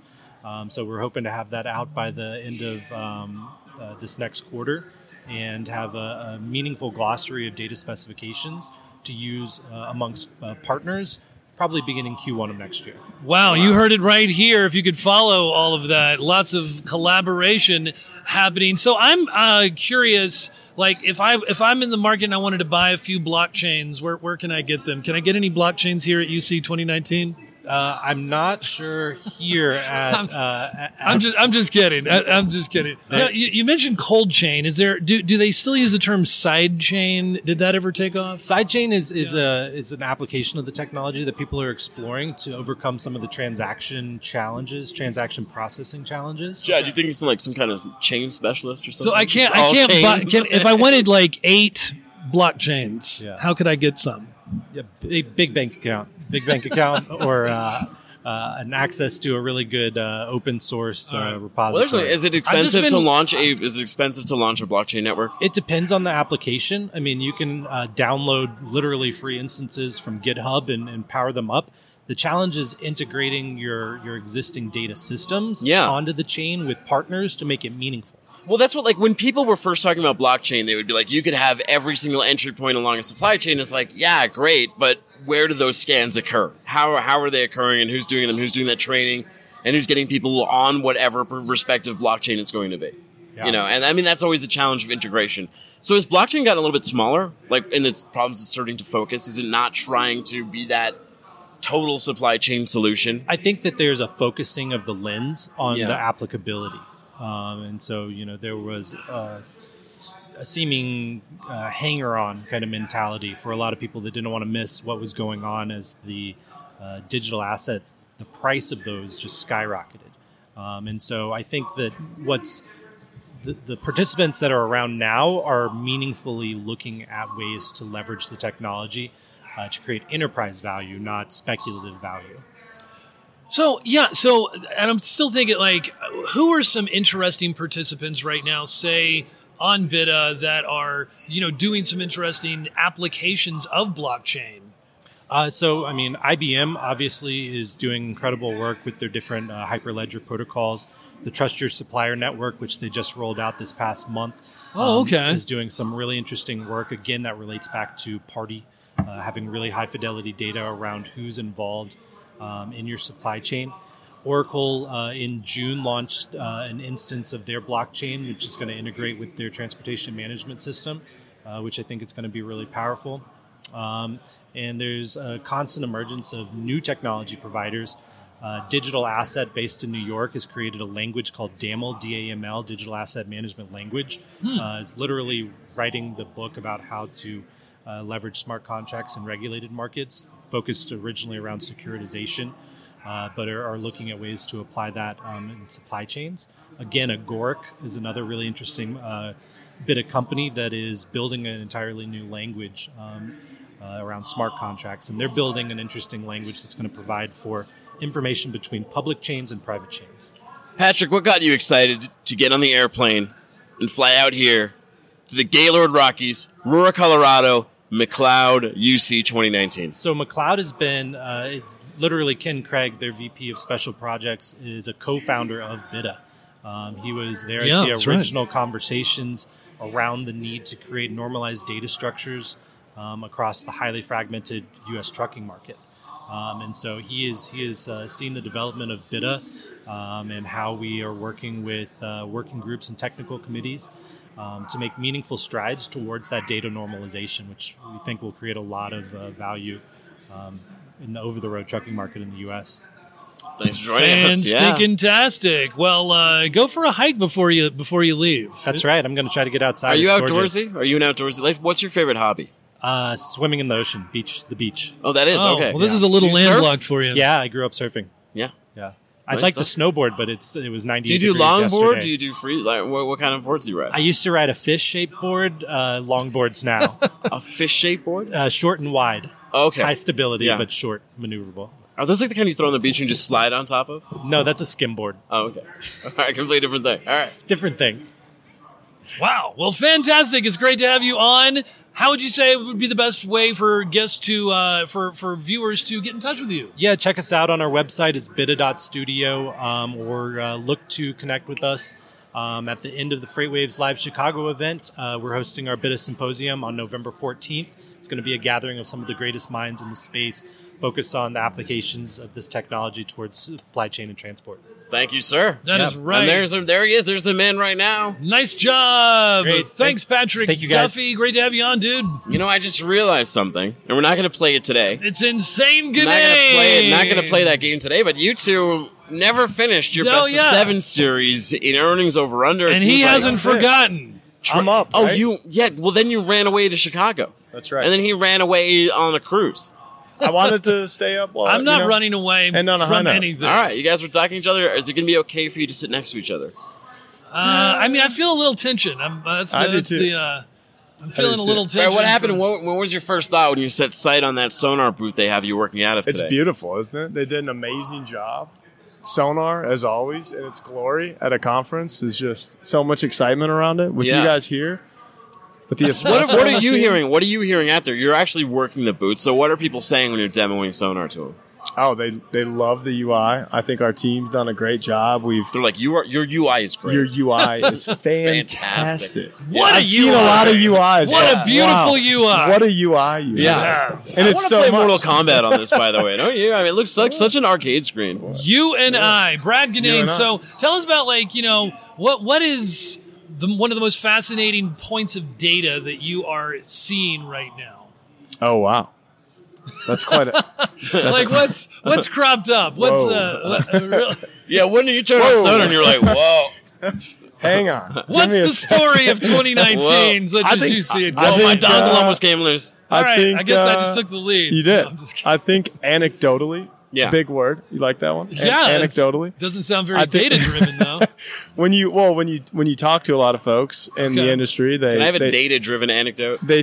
Speaker 11: Um, so we're hoping to have that out by the end of um, uh, this next quarter and have a, a meaningful glossary of data specifications to use uh, amongst uh, partners, probably beginning Q1 of next year.
Speaker 2: Wow, you heard it right here. If you could follow all of that, lots of collaboration happening. So I'm uh, curious, like if I if I'm in the market and I wanted to buy a few blockchains, where where can I get them? Can I get any blockchains here at UC 2019?
Speaker 11: Uh, I'm not sure here at. Uh, at-
Speaker 2: I'm just I'm just kidding. I, I'm just kidding. Now, you, you mentioned cold chain. Is there do do they still use the term side chain? Did that ever take off?
Speaker 11: Sidechain is is a is an application of the technology that people are exploring to overcome some of the transaction challenges, transaction processing challenges.
Speaker 1: Chad, you think he's like some kind of chain specialist or something?
Speaker 2: So I can't
Speaker 1: All
Speaker 2: I can't buy,
Speaker 1: chains.
Speaker 2: can, if I wanted like eight blockchains,
Speaker 11: Yeah.
Speaker 2: how could I get some?
Speaker 11: Yeah, a big bank account, big bank account, or uh, uh, an access to a really good uh, open source uh,
Speaker 1: well,
Speaker 11: repository.
Speaker 1: there's, is it expensive to
Speaker 2: been-
Speaker 1: launch a? Is it expensive to launch a blockchain network?
Speaker 11: It depends on the application. I mean, you can uh, download literally free instances from GitHub and, and power them up. The challenge is integrating your, your existing data systems
Speaker 1: Yeah.
Speaker 11: onto the chain with partners to make it meaningful.
Speaker 1: Well, that's what like when people were first talking about blockchain, they would be like, you could have every single entry point along a supply chain. It's like, yeah, great, but where do those scans occur? How how are they occurring, and who's doing them? Who's doing that training, and who's getting people on whatever per- respective blockchain it's going to be? You know, and I mean that's always a challenge of integration. So has blockchain gotten a little bit smaller, like in its problems it's starting to focus? Is it not trying to be that total supply chain solution?
Speaker 11: I think that there's a focusing of the lens on
Speaker 1: Yeah.
Speaker 11: the applicability. Um, and so, you know, there was uh, a seeming uh, hanger on kind of mentality for a lot of people that didn't want to miss what was going on as the uh, digital assets, the price of those just skyrocketed. Um, and so I think that what's the, the participants that are around now are meaningfully looking at ways to leverage the technology uh, to create enterprise value, not speculative value.
Speaker 2: So yeah, so and I'm still thinking like, who are some interesting participants right now? Say on Bida that are you know doing some interesting applications of blockchain.
Speaker 11: Uh, so, I mean, IBM obviously is doing incredible work with their different uh, Hyperledger protocols. The Trust Your Supplier Network, which they just rolled out this past month, um,
Speaker 2: Oh, okay.
Speaker 11: is doing some really interesting work. Again, that relates back to party, uh, having really high fidelity data around who's involved um, in your supply chain. Oracle uh, in June launched uh, an instance of their blockchain, which is going to integrate with their transportation management system, uh, which I think is going to be really powerful. Um, and there's a constant emergence of new technology providers. Uh, digital Asset, based in New York, has created a language called DAML, D A M L, Digital Asset Management Language. Uh, it's literally writing the book about how to uh, leverage smart contracts in regulated markets, focused originally around securitization, uh, but are, are looking at ways to apply that um, in supply chains. Again, Agoric is another really interesting uh, bit of company that is building an entirely new language um, uh, around smart contracts, and they're building an interesting language that's going to provide for information between public chains and private chains.
Speaker 1: Patrick, what got you excited to get on the airplane and fly out here to the Gaylord Rockies, Aurora, Colorado, McLeod, UC 2019?
Speaker 11: So McLeod has been, uh, it's literally Ken Craig, their VP of Special Projects, is a co-founder of BIDA. Um, he was there
Speaker 2: Yeah,
Speaker 11: at
Speaker 2: that's
Speaker 11: the
Speaker 2: right.
Speaker 11: original conversations around the need to create normalized data structures um, across the highly fragmented U.S. trucking market. Um, and so he is he has uh, seen the development of BIDA um, and how we are working with uh, working groups and technical committees um, to make meaningful strides towards that data normalization, which we think will create a lot of uh, value um, in the over-the-road trucking market in the U.S.
Speaker 1: Thanks for joining
Speaker 2: And
Speaker 1: us. Yeah.
Speaker 2: stinkintastic. Well, uh, go for a hike before you before you leave.
Speaker 11: That's right. I'm going to try to get outside.
Speaker 1: Are you
Speaker 11: It's gorgeous.
Speaker 1: outdoorsy? Are you an outdoorsy life? What's your favorite hobby?
Speaker 11: Uh, swimming in the ocean, beach, the beach.
Speaker 1: Oh, that is
Speaker 2: oh,
Speaker 1: okay.
Speaker 2: well, this
Speaker 1: yeah.
Speaker 2: is a little
Speaker 1: Do you surf?
Speaker 2: landlocked for you.
Speaker 11: Yeah, I grew up surfing.
Speaker 1: Yeah.
Speaker 11: Yeah, I'd
Speaker 1: Nice
Speaker 11: like to
Speaker 1: stuff.
Speaker 11: snowboard, but it's it was 90.
Speaker 1: Do you do longboard? Do you do free? Like, what, what kind of boards do you
Speaker 11: I
Speaker 1: ride?
Speaker 11: used to ride a fish-shaped board. Uh, longboards now,
Speaker 1: A fish shaped board?
Speaker 11: uh, short and wide, high
Speaker 1: Okay.
Speaker 11: stability
Speaker 1: Yeah.
Speaker 11: but short, maneuverable.
Speaker 1: Are those like the kind you throw on the beach and just slide on top of?
Speaker 11: No, that's a skimboard.
Speaker 1: Oh, okay. All right, completely different thing. All right.
Speaker 11: Different thing.
Speaker 2: Wow. Well, fantastic. It's great to have you on. How would you say would be the best way for guests to, uh, for, for viewers to get in touch with you?
Speaker 11: Yeah, check us out on our website. It's bitta.studio um, or uh, look to connect with us um, at the end of the Freightwaves Live Chicago event. Uh, we're hosting our Bitta Symposium on November 14th. It's going to be a gathering of some of the greatest minds in the space focused on the applications of this technology towards supply chain and transport.
Speaker 1: Thank you, sir.
Speaker 2: That is right.
Speaker 1: And there's there he is. There's the man right now.
Speaker 2: nice job.
Speaker 11: Great.
Speaker 2: Thanks, Patrick.
Speaker 11: Thank you, guys.
Speaker 2: Duffy. Great to have you on, dude.
Speaker 1: You know, I just realized something, and we're not going to play it today.
Speaker 2: It's insane. Good
Speaker 1: not gonna play it. Not going to play that game today. But you two never finished your
Speaker 2: No,
Speaker 1: best
Speaker 2: yeah.
Speaker 1: of seven series in earnings over under. It
Speaker 2: And he
Speaker 1: seems like-
Speaker 2: hasn't forgotten.
Speaker 10: I'm up.
Speaker 1: Oh,
Speaker 10: right?
Speaker 1: you yeah. Well, then you ran away to Chicago,
Speaker 10: That's right.
Speaker 1: and then he ran away on a cruise.
Speaker 10: I wanted to stay up. Long,
Speaker 2: I'm not
Speaker 10: you know?
Speaker 2: running away
Speaker 10: and on a high
Speaker 2: from
Speaker 10: note.
Speaker 2: anything.
Speaker 1: All right, you guys were talking to each other. Is it going to be okay for you to sit next to each other?
Speaker 2: Uh, I mean, I feel a little tension. I'm, uh, that's the,
Speaker 10: I do
Speaker 2: that's
Speaker 10: too.
Speaker 2: the uh, I'm feeling a little
Speaker 1: All
Speaker 2: tension.
Speaker 1: right, what happened?
Speaker 2: from-
Speaker 1: What, what was your first thought when you set sight on that sonar booth they have you working out of
Speaker 10: It's
Speaker 1: today?
Speaker 10: beautiful, isn't it? They did an amazing job. Sonar, as always, in its glory at a conference is just so much excitement around it. With
Speaker 1: Yeah.
Speaker 10: you guys here, with the
Speaker 1: What,
Speaker 10: espresso
Speaker 1: what are you
Speaker 10: machine.
Speaker 1: hearing? What are you hearing out there? You're actually working the booth, so what are people saying when you're demoing sonar to them?
Speaker 10: Oh, they they love the UI. I think our team's done a great job. We've
Speaker 1: They're like, you are, your UI is great.
Speaker 10: your UI is
Speaker 1: Fantastic.
Speaker 10: fantastic.
Speaker 2: What
Speaker 10: I've
Speaker 2: a
Speaker 10: seen
Speaker 2: UI.
Speaker 10: a lot of UIs.
Speaker 2: What
Speaker 10: Wow.
Speaker 2: a beautiful UI.
Speaker 10: What a UI you
Speaker 1: Yeah.
Speaker 10: have. and
Speaker 1: I
Speaker 10: it's
Speaker 1: wanna
Speaker 10: so
Speaker 1: play
Speaker 10: much.
Speaker 1: Mortal Kombat on this, by the way. No, you. I mean, it looks like such an arcade screen.
Speaker 2: You and I, Brad
Speaker 10: You
Speaker 2: Ganane.
Speaker 10: and I.
Speaker 2: So tell us about like you know what what is the one of the most fascinating points of data that you are seeing right now.
Speaker 10: Oh wow, that's quite a.
Speaker 2: like what's what's cropped up? What's
Speaker 10: Whoa.
Speaker 2: uh, uh, real-
Speaker 1: Yeah, when you turn on
Speaker 10: Whoa.
Speaker 1: sonar and you're like, whoa.
Speaker 10: Hang on. Give
Speaker 2: what's
Speaker 10: me a
Speaker 2: the
Speaker 10: sec-
Speaker 2: story of 2019
Speaker 1: Well,
Speaker 2: such
Speaker 10: I
Speaker 2: as
Speaker 10: think-
Speaker 2: you see it?
Speaker 10: I
Speaker 1: Oh, my
Speaker 10: think,
Speaker 1: dongle
Speaker 10: uh,
Speaker 1: almost came loose.
Speaker 10: I
Speaker 2: All right,
Speaker 10: think,
Speaker 2: I guess I just
Speaker 10: uh,
Speaker 2: took the lead.
Speaker 10: You did.
Speaker 2: No, I'm just kidding.
Speaker 10: I think anecdotally.
Speaker 1: Yeah.
Speaker 10: Big word. You like that one? An-
Speaker 2: yeah, it's-
Speaker 10: anecdotally.
Speaker 2: doesn't sound very
Speaker 10: I think-
Speaker 2: data driven though.
Speaker 10: When you well, when you when you talk to a lot of folks in
Speaker 2: Okay.
Speaker 10: the industry, they
Speaker 1: Can I have a
Speaker 10: they,
Speaker 1: data driven anecdote?
Speaker 10: They.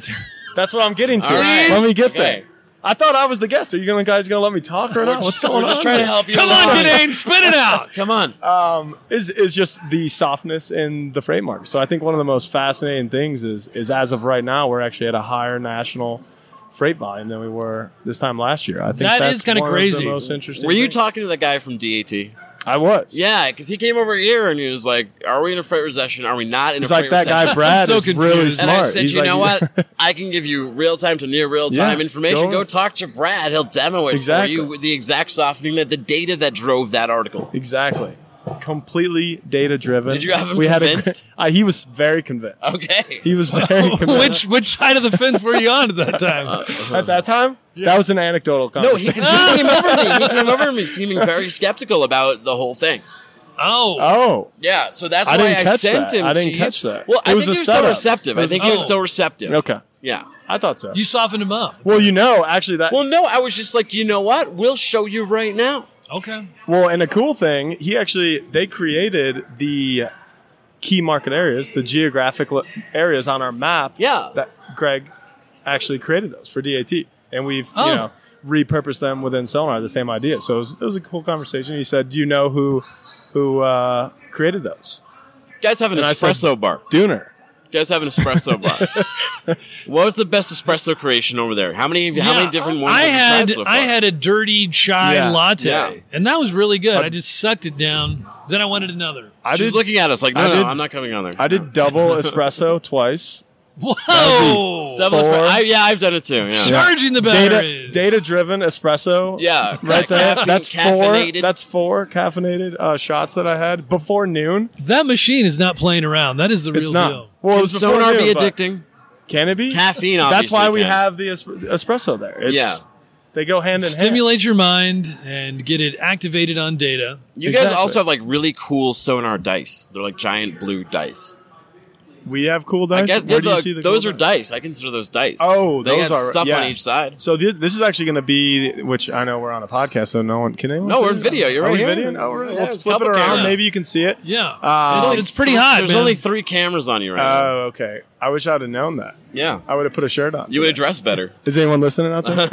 Speaker 10: that's what I'm getting to.
Speaker 1: All right.
Speaker 10: Let me get
Speaker 1: Okay.
Speaker 10: there. I thought I was the guest. Are you gonna, guys going to let me talk or not? What's going on?
Speaker 1: We're just trying to help you.
Speaker 2: Come on,
Speaker 1: along.
Speaker 2: Ganane, spit it out.
Speaker 1: Come on.
Speaker 10: um, is is just the softness in the freight market. So I think one of the most fascinating things is is as of right now we're actually at a higher national freight volume than we were this time last year. I think
Speaker 2: That
Speaker 10: that's
Speaker 2: is kinda
Speaker 10: one Of
Speaker 2: crazy.
Speaker 10: the most interesting.
Speaker 1: Were you
Speaker 10: things.
Speaker 1: talking to the guy from DAT?
Speaker 10: I was.
Speaker 1: Yeah, because he came over here and he was like, "Are we in a freight recession? Are we not in
Speaker 10: He's
Speaker 1: a
Speaker 10: like
Speaker 1: freight
Speaker 10: that
Speaker 1: recession?"
Speaker 10: guy Brad
Speaker 2: so
Speaker 10: is really
Speaker 2: confused.
Speaker 10: smart.
Speaker 1: And I said,
Speaker 10: He's
Speaker 1: "You
Speaker 10: like-
Speaker 1: know what? I can give you real time to near real time
Speaker 10: Yeah,
Speaker 1: information. Go
Speaker 10: go-
Speaker 1: talk to Brad; he'll demo it
Speaker 10: Exactly.
Speaker 1: for you with the exact softening that the data that drove that article."
Speaker 10: exactly. Completely data driven.
Speaker 1: Did you have him
Speaker 10: we had a,
Speaker 1: convinced?
Speaker 10: uh, he was very convinced.
Speaker 1: Okay,
Speaker 10: He was very convinced.
Speaker 2: which which side of the fence were you on at that time?
Speaker 10: at that time, that was an anecdotal
Speaker 1: Uh, no,
Speaker 10: conversation.
Speaker 1: he, 'cause he came over to me. He came over to me, seeming very skeptical about the whole thing.
Speaker 2: Oh,
Speaker 10: oh,
Speaker 1: Yeah, so that's
Speaker 10: I
Speaker 1: why
Speaker 10: didn't
Speaker 1: I
Speaker 10: catch
Speaker 1: sent
Speaker 10: that.
Speaker 1: him.
Speaker 10: I didn't
Speaker 1: Chief.
Speaker 10: catch that.
Speaker 1: Well,
Speaker 10: It
Speaker 1: I
Speaker 10: was a
Speaker 1: think he was still
Speaker 10: setup.
Speaker 1: receptive.
Speaker 10: It
Speaker 1: I
Speaker 10: was
Speaker 1: think
Speaker 2: a
Speaker 1: he was Oh.
Speaker 2: setup.
Speaker 1: still receptive.
Speaker 10: okay.
Speaker 1: Yeah.
Speaker 10: I thought so.
Speaker 2: you softened him up.
Speaker 10: well, you know, actually that
Speaker 1: Well, no, I was just like, you know what? We'll show you right now.
Speaker 2: Okay.
Speaker 10: Well, and a cool thing, he actually they created the key market areas, the geographic lo- areas on our map.
Speaker 1: Yeah.
Speaker 10: that Greg actually created those for DAT, and we've
Speaker 2: Oh.
Speaker 10: you know repurposed them within Sonar. The same idea. So it was, it was a cool conversation. He said, "Do you know who who uh, created those?"
Speaker 1: Guys have an
Speaker 10: And I said-
Speaker 1: espresso bar.
Speaker 10: Dooner.
Speaker 1: You guys have an espresso bar. what was the best espresso creation over there? How many? how many
Speaker 2: Yeah,
Speaker 1: different ones?
Speaker 2: I
Speaker 1: have you
Speaker 2: had
Speaker 1: tried so far?
Speaker 2: I had a dirty chai
Speaker 10: Yeah,
Speaker 2: latte,
Speaker 1: yeah.
Speaker 2: and that was really good. I just sucked it down. Then I wanted another.
Speaker 10: I
Speaker 1: She's
Speaker 10: did.
Speaker 1: looking at us like, no,
Speaker 10: I
Speaker 1: no,
Speaker 10: did-
Speaker 1: I'm not coming on there.
Speaker 10: I did double espresso twice.
Speaker 2: Whoa!
Speaker 1: Double
Speaker 10: four.
Speaker 1: espresso. I, yeah, I've done it too. Yeah,
Speaker 2: Charging Oh! the
Speaker 10: Data
Speaker 2: batteries.
Speaker 10: data driven espresso.
Speaker 1: yeah.
Speaker 10: Right there.
Speaker 1: Caffeine-
Speaker 10: that's four.
Speaker 1: caffeinated.
Speaker 10: That's four caffeinated uh, shots that I had before noon.
Speaker 2: That machine is not playing around. That is the
Speaker 10: It's
Speaker 2: real
Speaker 10: not.
Speaker 2: deal.
Speaker 10: Well,
Speaker 1: Can
Speaker 10: it's before
Speaker 1: sonar be
Speaker 10: noon, but-
Speaker 1: addicting?
Speaker 10: Can it be?
Speaker 1: Caffeine,
Speaker 10: That's
Speaker 1: obviously
Speaker 10: why we
Speaker 1: can.
Speaker 10: have the es- espresso there. It's,
Speaker 1: Yeah.
Speaker 10: They go hand in
Speaker 2: Stimulate your mind and get it activated on data.
Speaker 1: You guys
Speaker 10: Exactly.
Speaker 1: also have like really cool sonar dice. They're like giant blue dice.
Speaker 10: hand. We have cool dice.
Speaker 1: I guess
Speaker 10: Where do you
Speaker 1: look,
Speaker 10: see the
Speaker 1: those
Speaker 10: cool
Speaker 1: are dice. I consider those dice.
Speaker 10: Oh,
Speaker 1: they
Speaker 10: those
Speaker 1: had
Speaker 10: are-
Speaker 1: stuff on
Speaker 10: yeah.
Speaker 1: each side.
Speaker 10: So this, this is actually going to be, which I know we're on a podcast, so no one can. Anyone
Speaker 1: No,
Speaker 10: see
Speaker 1: we're in
Speaker 10: it?
Speaker 1: video. You're
Speaker 10: Are
Speaker 1: right
Speaker 10: we
Speaker 1: here.
Speaker 10: videoing? Oh, we're,
Speaker 1: Yeah,
Speaker 10: we'll
Speaker 1: it's
Speaker 10: flip it
Speaker 1: couple
Speaker 10: around.
Speaker 1: cameras.
Speaker 10: Maybe you can see it.
Speaker 2: Yeah.
Speaker 10: Uh,
Speaker 2: It's- it's, pretty hot.
Speaker 1: There's
Speaker 2: man.
Speaker 1: only three cameras on you right now.
Speaker 10: Oh, okay. I wish I'd have known that.
Speaker 1: Yeah.
Speaker 10: I would have put a shirt on.
Speaker 1: You would have dressed better.
Speaker 10: Is anyone listening out there?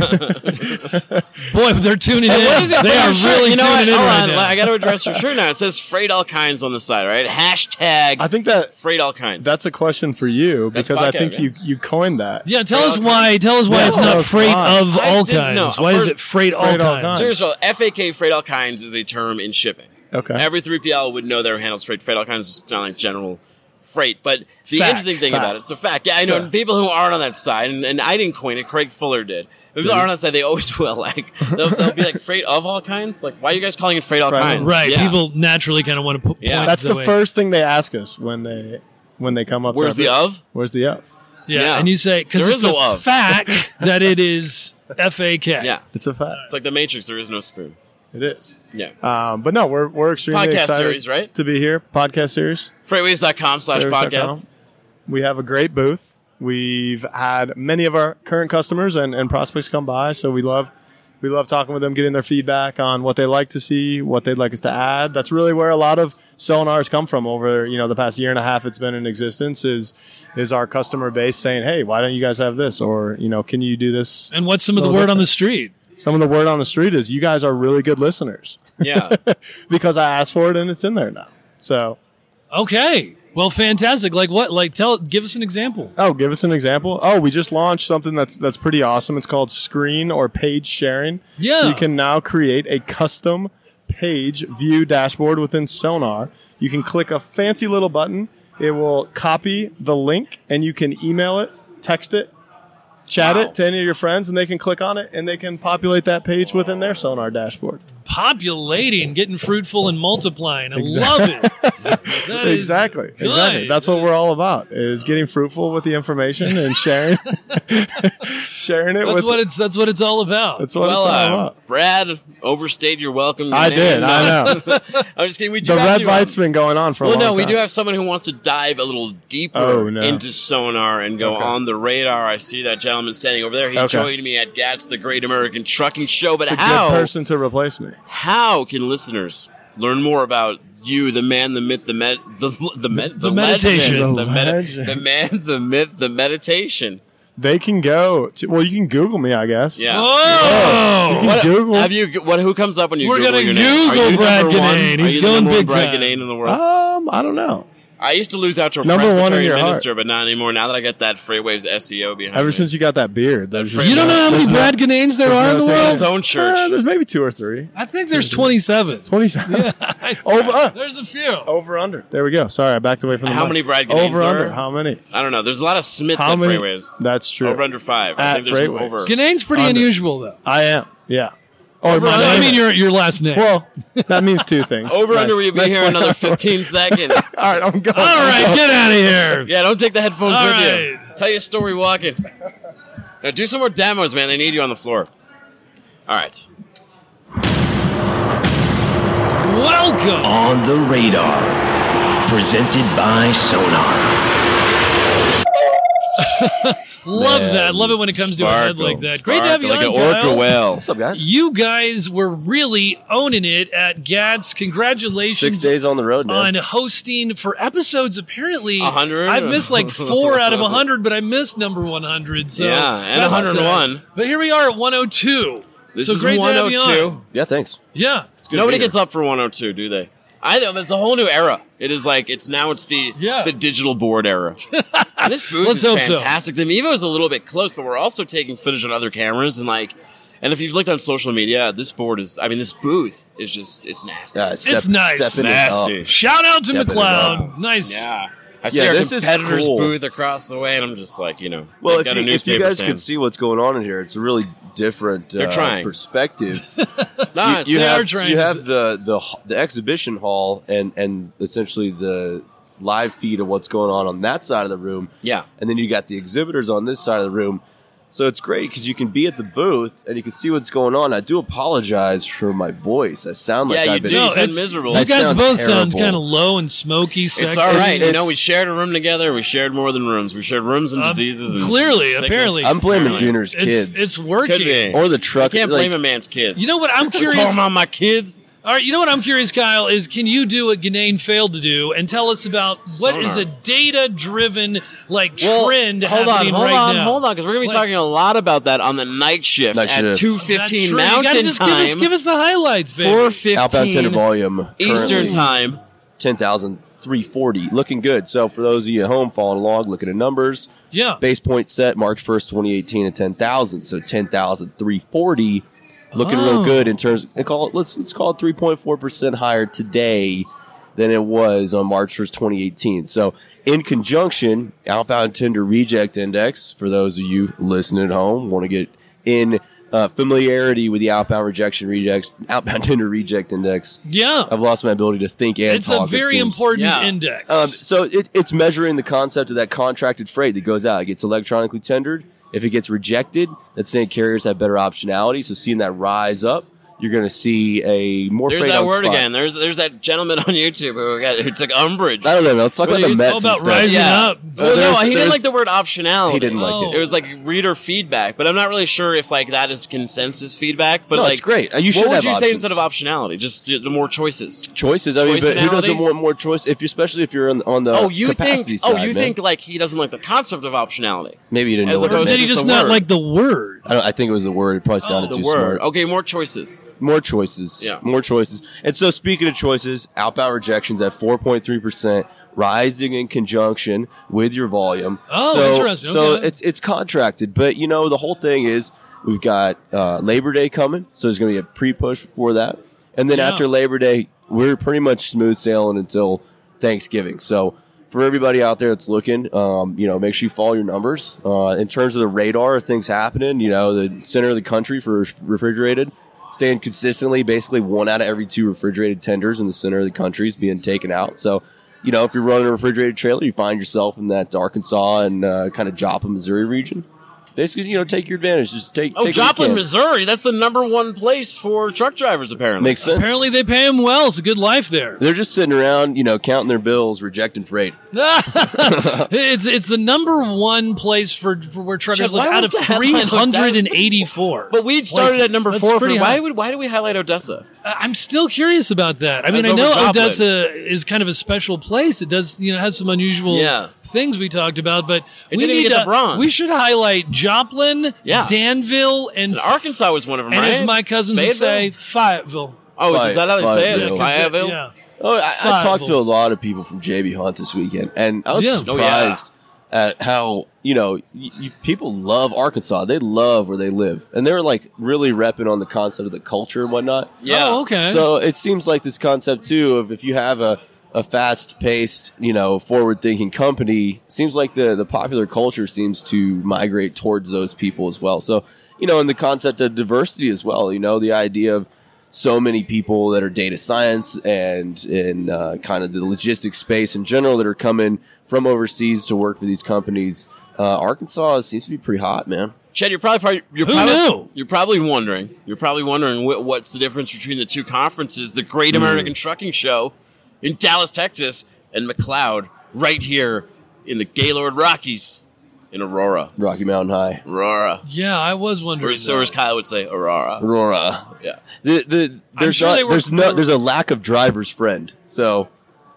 Speaker 2: Boy, they're tuning in.
Speaker 1: What is that
Speaker 2: They
Speaker 1: fucking
Speaker 2: are
Speaker 1: shirt?
Speaker 2: really
Speaker 1: you know
Speaker 2: tuning
Speaker 1: what?
Speaker 2: in
Speaker 1: Hold
Speaker 2: right
Speaker 1: on,
Speaker 2: now.
Speaker 1: I got to address your shirt now. It says "Freight All Kinds" on the side, right? Hashtag
Speaker 10: I think that
Speaker 1: Freight All Kinds.
Speaker 10: that's a question for you
Speaker 1: That's
Speaker 10: because I
Speaker 1: podcast,
Speaker 10: think
Speaker 1: yeah.
Speaker 10: you you coined that.
Speaker 2: Yeah, tell
Speaker 1: Freight
Speaker 2: us
Speaker 1: all
Speaker 2: why. Tell us why
Speaker 10: Yeah.
Speaker 2: it's not
Speaker 10: Oh,
Speaker 2: freight
Speaker 10: God.
Speaker 2: of
Speaker 1: I
Speaker 2: all
Speaker 1: didn't
Speaker 2: kinds.
Speaker 1: know.
Speaker 2: Why is
Speaker 1: First,
Speaker 2: it freight, all,
Speaker 10: freight all
Speaker 2: kinds?
Speaker 10: kinds.
Speaker 1: Seriously, FAK Freight All Kinds is a term in shipping.
Speaker 10: Okay.
Speaker 1: Every 3PL would know their handles freight. Freight All Kinds is kind of like general freight. But the
Speaker 2: Fact.
Speaker 1: interesting thing about it, it's a fact. Yeah, I know. And people who aren't on that side, and, and I didn't coin it, Craig Fuller did. But people aren't on that side, they always will. Like, they'll, they'll be like, freight of all kinds? Like, why are you guys calling it freight all kinds?
Speaker 2: Right.
Speaker 1: Yeah.
Speaker 2: People naturally kind of want to put.
Speaker 1: Yeah.
Speaker 2: point
Speaker 10: That's the
Speaker 2: way.
Speaker 10: first thing they ask us when they when they come up. to
Speaker 1: Where's
Speaker 10: our
Speaker 1: the
Speaker 10: booth.
Speaker 1: of?
Speaker 10: Where's the of?
Speaker 2: Yeah,
Speaker 1: Yeah.
Speaker 2: and you say because
Speaker 1: There
Speaker 2: it's
Speaker 1: is no
Speaker 2: a
Speaker 1: of.
Speaker 2: fact that it is fak.
Speaker 1: Yeah.
Speaker 10: It's a fact.
Speaker 1: It's like the Matrix. There is no spoon.
Speaker 10: It is.
Speaker 1: Yeah.
Speaker 10: Um, but no, we're we're extremely
Speaker 1: Podcast
Speaker 10: excited
Speaker 1: series, right?
Speaker 10: to be here. Podcast series.
Speaker 1: Freightwaves.com slash podcast.
Speaker 10: Bears.com. We have a great booth. We've had many of our current customers and, and prospects come by, so we love we love talking with them, getting their feedback on what they like to see, what they'd like us to add. That's really where a lot of seminars come from over you know the past year and a half it's been in existence is is our customer base saying, Hey, why don't you guys have this? Or, you know, can you do this?
Speaker 2: And what's some of the
Speaker 10: Little
Speaker 2: word on
Speaker 10: different.
Speaker 2: the street?
Speaker 10: Some of the word on the street is you guys are really good listeners.
Speaker 1: Yeah.
Speaker 10: because I asked for it and it's in there now. So
Speaker 2: Okay. Well, fantastic. Like what? Like tell. Give us an example.
Speaker 10: Oh, give us an example. Oh, we just launched something that's that's pretty awesome. It's called screen or page sharing.
Speaker 2: Yeah.
Speaker 10: So you can now create a custom page view dashboard within Sonar. You can click a fancy little button. It will copy the link and you can email it, text it, chat it to any of your friends and they can click on it and they can populate that page within their Sonar dashboard.
Speaker 2: Populating, getting fruitful, and multiplying. I love it. That is
Speaker 10: exactly. Exactly.
Speaker 2: good.
Speaker 10: That's what we're all about is getting fruitful with the information and sharing sharing it
Speaker 2: That's
Speaker 10: with
Speaker 2: what it's. That's what it's all about.
Speaker 10: That's what
Speaker 1: well,
Speaker 10: it's all
Speaker 1: uh,
Speaker 10: about.
Speaker 1: Brad overstayed your welcome.
Speaker 10: I did.
Speaker 1: And,
Speaker 10: I
Speaker 1: uh,
Speaker 10: know.
Speaker 1: I'm just kidding. We do
Speaker 10: the
Speaker 1: have
Speaker 10: red
Speaker 1: to, um,
Speaker 10: light's been going on for
Speaker 1: Well,
Speaker 10: a long
Speaker 1: no,
Speaker 10: time.
Speaker 1: we do have someone who wants to dive a little deeper
Speaker 10: Oh, no.
Speaker 1: into sonar and go
Speaker 10: Okay.
Speaker 1: on the radar. I see that gentleman standing over there. He
Speaker 10: Okay.
Speaker 1: joined me at GATS, the Great American Trucking Show. But
Speaker 10: It's a
Speaker 1: how?
Speaker 10: good person to replace me.
Speaker 1: How can listeners learn more about you, the man, the myth, the med, the the, med,
Speaker 2: The meditation.
Speaker 1: legend,
Speaker 10: The
Speaker 1: the, medi-
Speaker 10: legend.
Speaker 1: the man, the myth, the meditation?
Speaker 10: They can go. To, well, you can Google me, I guess.
Speaker 1: Yeah.
Speaker 2: Oh,
Speaker 10: You can Google.
Speaker 1: Have you? What? Who comes up when you?
Speaker 2: We're
Speaker 1: Google
Speaker 2: gonna
Speaker 1: your name? Are
Speaker 2: Google
Speaker 1: you
Speaker 2: Brad
Speaker 1: number one?
Speaker 2: Ganane.
Speaker 1: Are
Speaker 2: He's
Speaker 1: you the
Speaker 2: going
Speaker 1: number one
Speaker 2: big
Speaker 1: Brad
Speaker 2: time.
Speaker 1: Ganane in the world.
Speaker 10: um, I don't know.
Speaker 1: I used to lose out to a
Speaker 10: Number one in
Speaker 1: Presbyterian
Speaker 10: your heart.
Speaker 1: minister, but not anymore. Now that I got that Freewaves SEO behind
Speaker 10: Ever
Speaker 1: me.
Speaker 10: since you got that beard, that was just-
Speaker 2: you don't know how many
Speaker 10: there's no-
Speaker 2: Brad Gananes there are in
Speaker 10: there's no
Speaker 2: the
Speaker 10: taking
Speaker 2: world.
Speaker 10: it.
Speaker 1: His own church.
Speaker 10: Uh, there's maybe two or three.
Speaker 2: I think there's 27.
Speaker 10: Twenty-seven.
Speaker 2: Over.
Speaker 10: Over. uh,
Speaker 2: There's a few.
Speaker 10: over under. There we go. Sorry, I backed away from the
Speaker 1: How
Speaker 10: mic.
Speaker 1: many Brad Gananes
Speaker 10: Over
Speaker 1: are
Speaker 10: under.
Speaker 1: there?
Speaker 10: How many?
Speaker 1: I don't know. There's a lot of Smiths
Speaker 10: How
Speaker 1: at
Speaker 10: many?
Speaker 1: Freeways.
Speaker 10: That's true.
Speaker 1: Over under five. I
Speaker 10: At
Speaker 1: think there's an
Speaker 10: Freeways.
Speaker 1: over.
Speaker 2: Ganane's pretty
Speaker 10: Under.
Speaker 2: unusual though.
Speaker 10: I am. Yeah. Or
Speaker 2: Over,
Speaker 10: my
Speaker 2: I
Speaker 10: name
Speaker 2: mean
Speaker 10: is.
Speaker 2: your your last name.
Speaker 10: Well, that means two things.
Speaker 1: Over
Speaker 10: Nice.
Speaker 1: under. We'll be
Speaker 10: Nice
Speaker 1: here
Speaker 10: play.
Speaker 1: another 15 seconds.
Speaker 10: All right, I'm going.
Speaker 2: all right, get out of here.
Speaker 1: Yeah, don't take the headphones
Speaker 2: All
Speaker 1: with you.
Speaker 2: right.
Speaker 1: Tell your story walking. Now do some more demos, man. They need you on the floor. All right.
Speaker 2: Welcome.
Speaker 12: On the radar, presented by Sonar.
Speaker 2: Love
Speaker 1: Man,
Speaker 2: that. Love it when it comes to a head
Speaker 1: Sparkle,
Speaker 2: like that. Great to have you
Speaker 1: sparkle,
Speaker 2: on,
Speaker 1: like an orca
Speaker 2: Kyle.
Speaker 1: whale.
Speaker 6: What's up, guys?
Speaker 2: You guys were really owning it at GATS.
Speaker 13: Six
Speaker 2: Congratulations
Speaker 13: days on the road, man.
Speaker 2: on hosting for episodes. Apparently,
Speaker 1: 100?
Speaker 2: I've missed like four out of 100, but I missed number 100. So
Speaker 1: Yeah, and
Speaker 2: that's
Speaker 1: 101.
Speaker 2: sad. But here we are at 102.
Speaker 1: This
Speaker 2: so
Speaker 1: is
Speaker 2: great To have you
Speaker 1: 102.
Speaker 2: on.
Speaker 13: Yeah, thanks.
Speaker 2: Yeah.
Speaker 1: Nobody gets up for 102, do they? I know it's a whole new era. It is like it's now it's the
Speaker 2: Yeah.
Speaker 1: the digital board era. this booth is
Speaker 2: Let's hope so.
Speaker 1: fantastic. The Mevo is a little bit close, but we're also taking footage on other cameras and like. And if you've looked on social media, this board is. I mean, this booth is just it's nasty.
Speaker 13: Yeah, step-
Speaker 2: It's nice.
Speaker 13: step in and
Speaker 1: Nasty.
Speaker 13: up.
Speaker 2: Shout out to
Speaker 13: Step it
Speaker 2: McLeod. Nice.
Speaker 1: Yeah. I see
Speaker 13: Yeah,
Speaker 1: our
Speaker 13: this is
Speaker 1: competitor's
Speaker 13: cool.
Speaker 1: booth across the way, and I'm just like, you know,
Speaker 13: Well,
Speaker 1: they've
Speaker 13: if you, if you guys
Speaker 1: stand.
Speaker 13: could see what's going on in here, it's a really different
Speaker 1: They're
Speaker 13: uh,
Speaker 1: trying.
Speaker 13: perspective.
Speaker 1: No,
Speaker 13: you,
Speaker 1: it's-
Speaker 13: you
Speaker 2: They are
Speaker 13: have,
Speaker 2: trying
Speaker 13: you
Speaker 2: to-
Speaker 13: have the, the h- the exhibition hall and and essentially the live feed of what's going on on that side of the room,
Speaker 1: yeah,
Speaker 13: and then you got the exhibitors on this side of the room. So it's great because you can be at the booth and you can see what's going on. I do apologize for Oh my voice. I sound like
Speaker 1: yeah, you
Speaker 13: I've been
Speaker 1: do. You
Speaker 2: No,
Speaker 1: sound
Speaker 2: it's-
Speaker 1: miserable.
Speaker 2: You
Speaker 13: That
Speaker 2: guys
Speaker 13: sounds
Speaker 2: both sound
Speaker 13: terrible.
Speaker 2: kind of low and smoky. Sexy.
Speaker 1: It's all right. you
Speaker 13: it's-
Speaker 1: know, we shared a room together. We shared more than rooms. We shared rooms and
Speaker 2: Uh,
Speaker 1: diseases. And
Speaker 2: clearly,
Speaker 1: sickness.
Speaker 2: apparently.
Speaker 13: I'm blaming
Speaker 1: Apparently.
Speaker 13: Dooner's
Speaker 2: It's
Speaker 13: kids
Speaker 2: it's
Speaker 1: Could be.
Speaker 2: working.
Speaker 13: or the
Speaker 1: I
Speaker 13: truck.
Speaker 1: can't
Speaker 13: like,
Speaker 1: blame a man's kids.
Speaker 2: You know what? I'm
Speaker 1: We're talking
Speaker 2: curious.
Speaker 1: about my kids.
Speaker 2: All right, you know what I'm curious, Kyle, is can you do what Ganane failed to do and tell us about what is
Speaker 1: Sonar.
Speaker 2: a data driven like
Speaker 1: Well,
Speaker 2: trend
Speaker 1: hold on,
Speaker 2: happening
Speaker 1: hold
Speaker 2: right
Speaker 1: on,
Speaker 2: now?
Speaker 1: hold on, because we're gonna be
Speaker 2: Like-
Speaker 1: talking a lot about that on the night shift
Speaker 13: Night
Speaker 1: at
Speaker 13: shift.
Speaker 1: two
Speaker 2: That's true.
Speaker 1: fifteen
Speaker 2: You gotta
Speaker 1: Mountain
Speaker 2: just
Speaker 1: Time.
Speaker 2: Give us, give us the highlights, baby.
Speaker 1: Four fifteen.
Speaker 13: Outbound tender volume.
Speaker 1: Eastern
Speaker 13: currently
Speaker 1: time.
Speaker 13: 10,340. Looking good. So for those of you at home following along, looking at numbers.
Speaker 2: Yeah.
Speaker 13: Base point set March 1st, 2018 at 10,000. So 10,340. Looking
Speaker 2: Oh.
Speaker 13: real good in terms and call it, let's let's call it 3.4% higher today than it was on March 1st, 2018. So in conjunction, outbound tender reject index for those of you listening at home want to get in uh, familiarity with the outbound rejection reject outbound tender reject index.
Speaker 2: Yeah.
Speaker 13: I've lost my ability to think and
Speaker 2: It's
Speaker 13: talk.
Speaker 2: a
Speaker 13: it
Speaker 2: very
Speaker 13: seems.
Speaker 2: important
Speaker 1: Yeah.
Speaker 2: index.
Speaker 13: Um, so it, it's measuring the concept of that contracted freight that goes out. It gets electronically tendered. If it gets rejected, that's saying carriers have better optionality. So seeing that rise up, you're going to see a more
Speaker 1: There's
Speaker 13: freight
Speaker 1: that
Speaker 13: on
Speaker 1: word
Speaker 13: spot.
Speaker 1: again. There's there's that gentleman on YouTube who, got, who took umbrage.
Speaker 13: I don't know. Let's talk
Speaker 1: Well,
Speaker 13: about the
Speaker 1: he's
Speaker 13: Mets.
Speaker 2: all about
Speaker 13: instead.
Speaker 2: rising
Speaker 1: yeah.
Speaker 2: up.
Speaker 13: There's-
Speaker 1: Well, no, he didn't
Speaker 13: there's-
Speaker 1: like the word optionality.
Speaker 13: He didn't like
Speaker 2: Oh.
Speaker 13: it.
Speaker 1: It was like reader feedback, but I'm not really sure if like that is consensus feedback. But
Speaker 13: No,
Speaker 1: like,
Speaker 13: it's great. Uh, you should
Speaker 1: what would
Speaker 13: have
Speaker 1: you say
Speaker 13: options.
Speaker 1: instead of optionality? Just uh, the more choices.
Speaker 13: Choices. I mean, but who doesn't
Speaker 1: Choicinality?
Speaker 13: want more choice? If you, especially if you're on, on the
Speaker 1: oh, you think?
Speaker 13: capacity
Speaker 1: oh,
Speaker 13: side,
Speaker 1: you
Speaker 13: man.
Speaker 1: think like he doesn't like the concept of optionality?
Speaker 13: maybe you didn't
Speaker 1: as
Speaker 13: know what it
Speaker 2: or
Speaker 1: opposed
Speaker 2: did
Speaker 13: meant.
Speaker 2: he
Speaker 1: it's
Speaker 2: just
Speaker 1: the
Speaker 2: not
Speaker 1: word. Oh,
Speaker 2: like the word?
Speaker 13: I, don't, I think it was the word. It probably sounded
Speaker 1: The
Speaker 13: too
Speaker 1: word.
Speaker 13: smart.
Speaker 1: Okay, more choices.
Speaker 13: More choices.
Speaker 1: Yeah.
Speaker 13: More choices. And so, speaking of choices, outbound rejections at 4.3%, rising in conjunction with your volume.
Speaker 2: Oh,
Speaker 13: so,
Speaker 2: interesting.
Speaker 13: So,
Speaker 2: Okay.
Speaker 13: it's, it's contracted. But, you know, the whole thing is we've got uh, Labor Day coming. So, there's going to be a pre push for that. And then
Speaker 2: Yeah.
Speaker 13: after Labor Day, we're pretty much smooth sailing until Thanksgiving. So, for everybody out there that's looking, um, you know, make sure you follow your numbers. Uh, in terms of the radar of things happening, you know, the center of the country for refrigerated, staying consistently, basically one out of every two refrigerated tenders in the center of the country is being taken out. So, you know, if you're running a refrigerated trailer, you find yourself in that Arkansas and uh, kind of Joplin, Missouri region. Basically, you know, take your advantage. Just take.
Speaker 1: Oh,
Speaker 13: take what you
Speaker 1: Joplin,
Speaker 13: can.
Speaker 1: Missouri. That's the number one place for truck drivers, apparently.
Speaker 13: Makes sense.
Speaker 2: Apparently they pay him well. It's a good life there.
Speaker 13: They're just sitting around, you know, counting their bills, rejecting freight.
Speaker 2: it's it's the number one place for, for where truckers
Speaker 1: Chad, why
Speaker 2: live out of
Speaker 1: was the headline like that?
Speaker 2: 384.
Speaker 1: but we started
Speaker 2: places.
Speaker 1: at number
Speaker 2: That's
Speaker 1: four. For,
Speaker 2: pretty
Speaker 1: why
Speaker 2: high.
Speaker 1: would why do we highlight Odessa?
Speaker 2: I- I'm still curious about that. I mean, I
Speaker 1: That's
Speaker 2: know
Speaker 1: over Joplin.
Speaker 2: Odessa is kind of a special place. It does, you know, has some unusual
Speaker 1: Yeah.
Speaker 2: things we talked about, but
Speaker 1: It
Speaker 2: we
Speaker 1: didn't even
Speaker 2: need
Speaker 1: get the
Speaker 2: to,
Speaker 1: bronze.
Speaker 2: We should highlight Joplin,
Speaker 1: Yeah.
Speaker 2: Danville, and,
Speaker 1: And Arkansas was one of them,
Speaker 2: and
Speaker 1: right?
Speaker 2: as my cousins would say,
Speaker 1: Fayetteville?
Speaker 2: Fayetteville.
Speaker 1: Oh, is that how they say it?
Speaker 13: Fayetteville.
Speaker 1: Fayetteville.
Speaker 2: Yeah.
Speaker 13: Oh, I, I talked
Speaker 2: Five.
Speaker 13: to a lot of people from JB Hunt this weekend, and I was
Speaker 2: Yeah.
Speaker 1: Oh, yeah.
Speaker 13: surprised at how you know y you, people love Arkansas. They love where they live, and they're like really repping on the concept of the culture and whatnot.
Speaker 1: Yeah.
Speaker 2: Oh, okay.
Speaker 13: So it seems like this concept too of if you have a, a fast paced, you know, forward thinking company, seems like the, the popular culture seems to migrate towards those people as well. So, you know, and the concept of diversity as well, you know, the idea of so many people that are data science and in uh, kind of the logistics space in general that are coming from overseas to work for these companies. Uh, Arkansas seems to be pretty hot, man.
Speaker 1: Chad, you're probably, probably you're
Speaker 2: Who
Speaker 1: probably
Speaker 2: knew?
Speaker 1: you're probably wondering. You're probably wondering wh- what's the difference between the two conferences, the Great
Speaker 13: Hmm.
Speaker 1: American Trucking Show in Dallas, Texas, and McLeod right here in the Gaylord Rockies in Aurora.
Speaker 13: Rocky Mountain High.
Speaker 1: Aurora.
Speaker 2: Yeah, I was
Speaker 1: Or,
Speaker 2: wondering.
Speaker 1: as- or as
Speaker 2: that.
Speaker 1: Kyle would say, Aurora.
Speaker 13: Aurora.
Speaker 1: Yeah.
Speaker 13: The, the, there's
Speaker 2: sure they
Speaker 13: not,
Speaker 2: were-
Speaker 13: there's no, there's a lack of driver's friend. So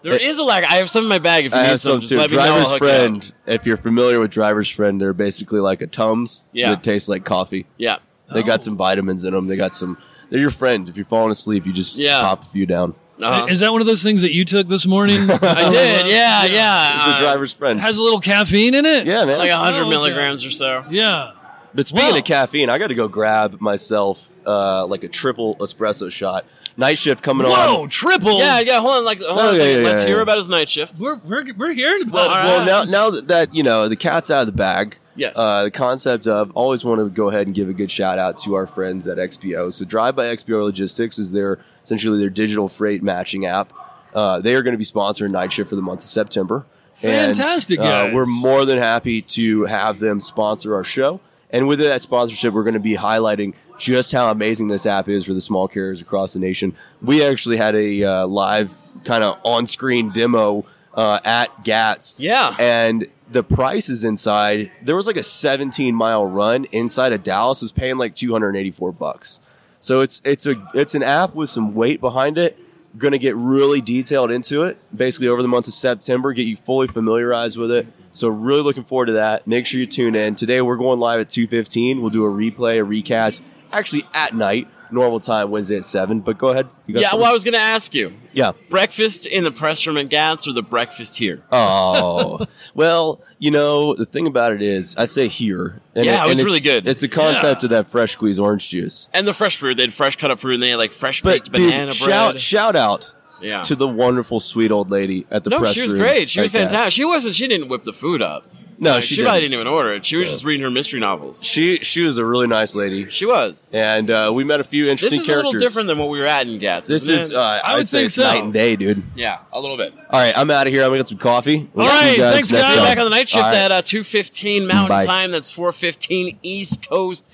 Speaker 1: There is
Speaker 13: It-
Speaker 1: a lack. I have some in my bag. If you
Speaker 13: I
Speaker 1: need
Speaker 13: have some
Speaker 1: just
Speaker 13: too.
Speaker 1: let me know, I'll
Speaker 13: Driver's
Speaker 1: hook you up.
Speaker 13: friend. If you're familiar with driver's friend, they're basically like a Tums
Speaker 1: Yeah.
Speaker 13: that tastes like coffee.
Speaker 1: Yeah. Oh.
Speaker 13: They got some vitamins in them. They got some. They're your friend. If you're falling asleep, you just
Speaker 1: Yeah.
Speaker 13: pop a few down.
Speaker 1: Uh-huh.
Speaker 2: Is that one of those things that you took this morning?
Speaker 1: I did. Yeah. Yeah.
Speaker 13: It's a
Speaker 1: Uh,
Speaker 13: driver's friend.
Speaker 2: Has a little caffeine in it.
Speaker 13: yeah, man.
Speaker 1: Like
Speaker 2: Oh,
Speaker 1: 100
Speaker 2: okay.
Speaker 1: milligrams or so.
Speaker 2: Yeah.
Speaker 13: But speaking
Speaker 2: Wow.
Speaker 13: of caffeine, I got to go grab myself uh, like a triple espresso shot. Night shift coming on.
Speaker 2: Whoa, triple.
Speaker 1: Yeah, yeah. Hold on, like, hold on
Speaker 13: Oh,
Speaker 1: a
Speaker 13: yeah,
Speaker 1: second.
Speaker 13: yeah,
Speaker 1: Let's
Speaker 13: yeah,
Speaker 1: hear
Speaker 13: yeah.
Speaker 1: about his night shift.
Speaker 2: We're we're we're hearing about
Speaker 1: Well,
Speaker 2: it.
Speaker 1: all
Speaker 13: Well,
Speaker 1: right.
Speaker 13: now now that, that you know the cat's out of the bag.
Speaker 1: Yes.
Speaker 13: Uh, the concept of always want to go ahead and give a good shout out to our friends at XPO. So Drive by XPO Logistics is their essentially their digital freight matching app. Uh, they are going to be sponsoring Night Shift for the month of September. And,
Speaker 2: Fantastic,
Speaker 13: uh,
Speaker 2: guys.
Speaker 13: we're more than happy to have them sponsor our show. And with that sponsorship, we're going to be highlighting just how amazing this app is for the small carriers across the nation. We actually had a uh, live kind of on screen demo uh, at GATS
Speaker 1: Yeah.
Speaker 13: and the prices inside there was like a 17 mile run inside of dallas was paying like 284 bucks So it's it's a it's an app with some weight behind it. Going to get really detailed into it, basically over the month of September, get you fully familiarized with it. So really looking forward to that. Make sure you tune in. Today we're going live at two fifteen. We'll do a replay, a recast, actually at night, normal time, Wednesday at seven. But go ahead. You got
Speaker 1: Yeah,
Speaker 13: something?
Speaker 1: well, I was going to ask you
Speaker 13: yeah.
Speaker 1: breakfast in the press room at Gats or the breakfast here?
Speaker 13: Oh well, you know the thing about it is, I say here.
Speaker 1: Yeah, it was
Speaker 13: it's-
Speaker 1: really good.
Speaker 13: It's the concept of that fresh squeeze orange juice.
Speaker 1: And the fresh fruit. They had fresh cut up fruit and they had like fresh
Speaker 13: But
Speaker 1: baked
Speaker 13: dude,
Speaker 1: banana
Speaker 13: shout
Speaker 1: bread.
Speaker 13: shout out
Speaker 1: Yeah.
Speaker 13: to the wonderful sweet old lady at the
Speaker 1: no,
Speaker 13: press
Speaker 1: she was
Speaker 13: room
Speaker 1: great. She was
Speaker 13: at Dad's.
Speaker 1: fantastic. She wasn't, she didn't whip the food up.
Speaker 13: No,
Speaker 1: Like,
Speaker 13: she
Speaker 1: probably
Speaker 13: didn't.
Speaker 1: didn't even order it. She was just reading her mystery novels.
Speaker 13: She she was a really nice lady.
Speaker 1: She was.
Speaker 13: And uh, we met a few
Speaker 1: This
Speaker 13: interesting
Speaker 1: is a
Speaker 13: characters.
Speaker 1: little different than what we were at in Gats.
Speaker 13: This
Speaker 1: isn't
Speaker 13: is
Speaker 1: it?
Speaker 13: uh, I'd say it's night and day, dude.
Speaker 1: Yeah, a little bit.
Speaker 13: All right, I'm out of here. I'm gonna get some coffee. We'll
Speaker 1: All
Speaker 13: see you
Speaker 1: right,
Speaker 13: guys
Speaker 1: thanks,
Speaker 13: next
Speaker 1: guys.
Speaker 13: time.
Speaker 1: Back on the night shift
Speaker 13: All right.
Speaker 1: at uh, two fifteen Mountain
Speaker 13: Bye.
Speaker 1: Time. That's four fifteen East Coast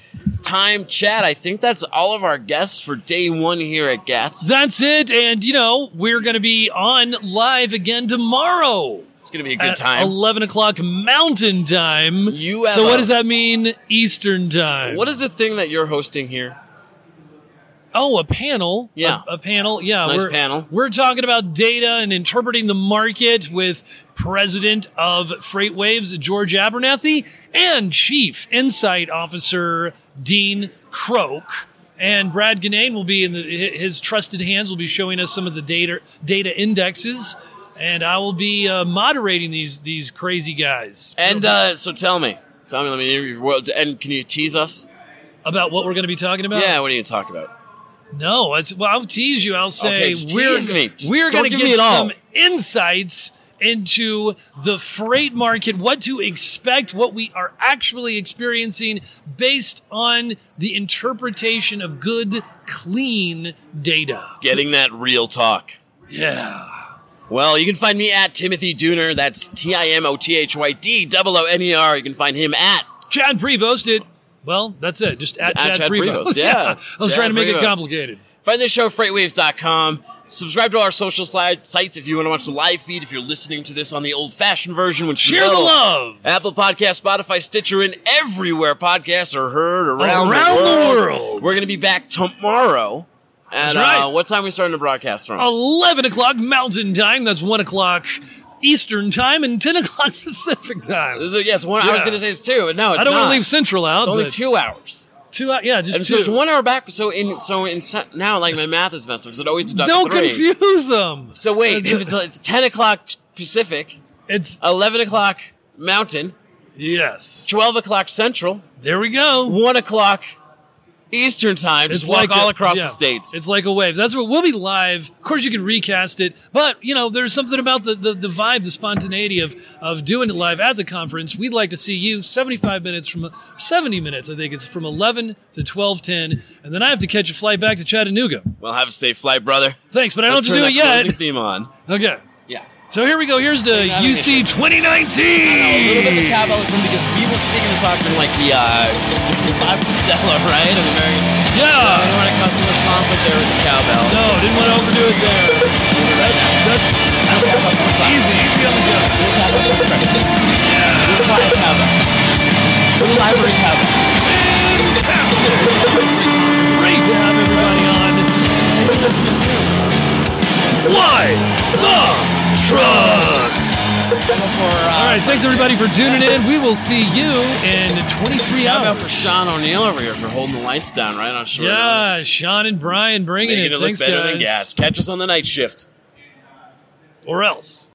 Speaker 1: time. Chat. I think that's all of our guests for day one here at Gats.
Speaker 2: That's it. And, you know, we're going to be on live again tomorrow.
Speaker 1: It's gonna be a good
Speaker 2: at
Speaker 1: time.
Speaker 2: 11 o'clock Mountain Time.
Speaker 1: You have
Speaker 2: so, what
Speaker 1: a-
Speaker 2: does that mean, Eastern Time?
Speaker 1: What is the thing that you're hosting here?
Speaker 2: Oh, a panel.
Speaker 1: Yeah.
Speaker 2: A, a panel. Yeah.
Speaker 1: Nice
Speaker 2: we're,
Speaker 1: panel.
Speaker 2: We're talking about data and interpreting the market with president of Freight Waves, George Abernathy, and chief insight officer, Dean Croak. And Brad Ganane will be in the, hi- his trusted hands, will be showing us some of the data, data indexes. And I will be uh, moderating these, these crazy guys.
Speaker 1: And uh, so tell me, tell me. Let me hear your world. And can you tease us?
Speaker 2: about what we're going to be talking about?
Speaker 1: Yeah. What are you talk about?
Speaker 2: No, it's, well, I'll tease you. I'll say
Speaker 1: Okay, just
Speaker 2: we're
Speaker 1: tease me. Just
Speaker 2: we're
Speaker 1: don't
Speaker 2: going to
Speaker 1: give me
Speaker 2: get
Speaker 1: it all.
Speaker 2: some insights into the freight market, what to expect, what we are actually experiencing based on the interpretation of good, clean data.
Speaker 1: Getting that real talk.
Speaker 2: Yeah.
Speaker 1: Well, you can find me at Timothy Dooner. That's T I M O T H Y D O O N E R. You can find him at
Speaker 2: Chad Prevost did. Well, that's it. Just at,
Speaker 1: At
Speaker 2: Chad,
Speaker 1: Chad
Speaker 2: Prevost.
Speaker 1: Prevost, yeah.
Speaker 2: I was
Speaker 1: Chad
Speaker 2: trying to make
Speaker 1: Prevost.
Speaker 2: it complicated.
Speaker 1: Find this show at freightwaves.com. Subscribe to our social sli- sites if you want to watch the live feed. If you're listening to this on the old fashioned version, which you
Speaker 2: Share the
Speaker 1: know,
Speaker 2: love.
Speaker 1: Apple Podcast, Spotify, Stitcher, and everywhere podcasts are heard around,
Speaker 2: Around
Speaker 1: the,
Speaker 2: the
Speaker 1: world.
Speaker 2: world.
Speaker 1: We're going to be back tomorrow. At,
Speaker 2: That's right.
Speaker 1: uh, what time are we starting to broadcast from?
Speaker 2: 11 o'clock Mountain Time. That's 1 o'clock Eastern Time and 10 o'clock Pacific Time.
Speaker 1: This is- yeah, it's one. I was
Speaker 2: Yeah.
Speaker 1: going to say it's two, but no, it's
Speaker 2: I don't
Speaker 1: not.
Speaker 2: want to leave Central out.
Speaker 1: It's only
Speaker 2: but
Speaker 1: two hours.
Speaker 2: Two hours. Yeah, just
Speaker 1: And so
Speaker 2: two.
Speaker 1: it's one hour back. So in so in se- now, like my math is messed up. Because it always deducts
Speaker 2: don't
Speaker 1: three.
Speaker 2: confuse them.
Speaker 1: So wait, if it's, it's ten o'clock Pacific,
Speaker 2: It's
Speaker 1: eleven o'clock Mountain,
Speaker 2: yes.
Speaker 1: twelve o'clock Central,
Speaker 2: There we go.
Speaker 1: one o'clock Eastern time. Just walk all
Speaker 2: a-
Speaker 1: across
Speaker 2: yeah,
Speaker 1: the states.
Speaker 2: It's like a wave. That's what we'll be live. Of course, you can recast it, but you know, there's something about the, the, the vibe, the spontaneity of of doing it live at the conference. We'd like to see you 75 minutes from 70 minutes. I think it's from 11 to 12:10, and then I have to catch a flight back to Chattanooga.
Speaker 1: well, have a safe flight, brother.
Speaker 2: Thanks, but I
Speaker 1: Let's
Speaker 2: don't
Speaker 1: turn
Speaker 2: have to do
Speaker 1: that
Speaker 2: it yet.
Speaker 1: closing Theme on.
Speaker 2: Okay.
Speaker 1: Yeah.
Speaker 2: So here we go. Here's the
Speaker 1: out of
Speaker 2: UC
Speaker 1: mission.
Speaker 2: 2019.
Speaker 1: A little bit of Catholicism because we were speaking and talking like the uh, the Bob Costello, right? Of American. I
Speaker 2: Yeah.
Speaker 1: don't want to cause too much conflict there with the cowbell.
Speaker 2: No, didn't want to overdo it there. That's that's, that's easy. Easy on the go.
Speaker 1: We'll have a perspective. We'll fly a cowbell. We'll library cowbell.
Speaker 2: Fantastic. Great to have everybody on. Why the truck? All right, thanks everybody for tuning in. We will see you in 23
Speaker 1: How about
Speaker 2: hours.
Speaker 1: for Sean O'Neill over here for holding the lights down right on short
Speaker 2: Yeah,
Speaker 1: notice?
Speaker 2: Sean and Brian bringing
Speaker 1: Making it
Speaker 2: it.
Speaker 1: look
Speaker 2: Thanks,
Speaker 1: better
Speaker 2: guys.
Speaker 1: than gas. Catch us on the night shift.
Speaker 2: Or else.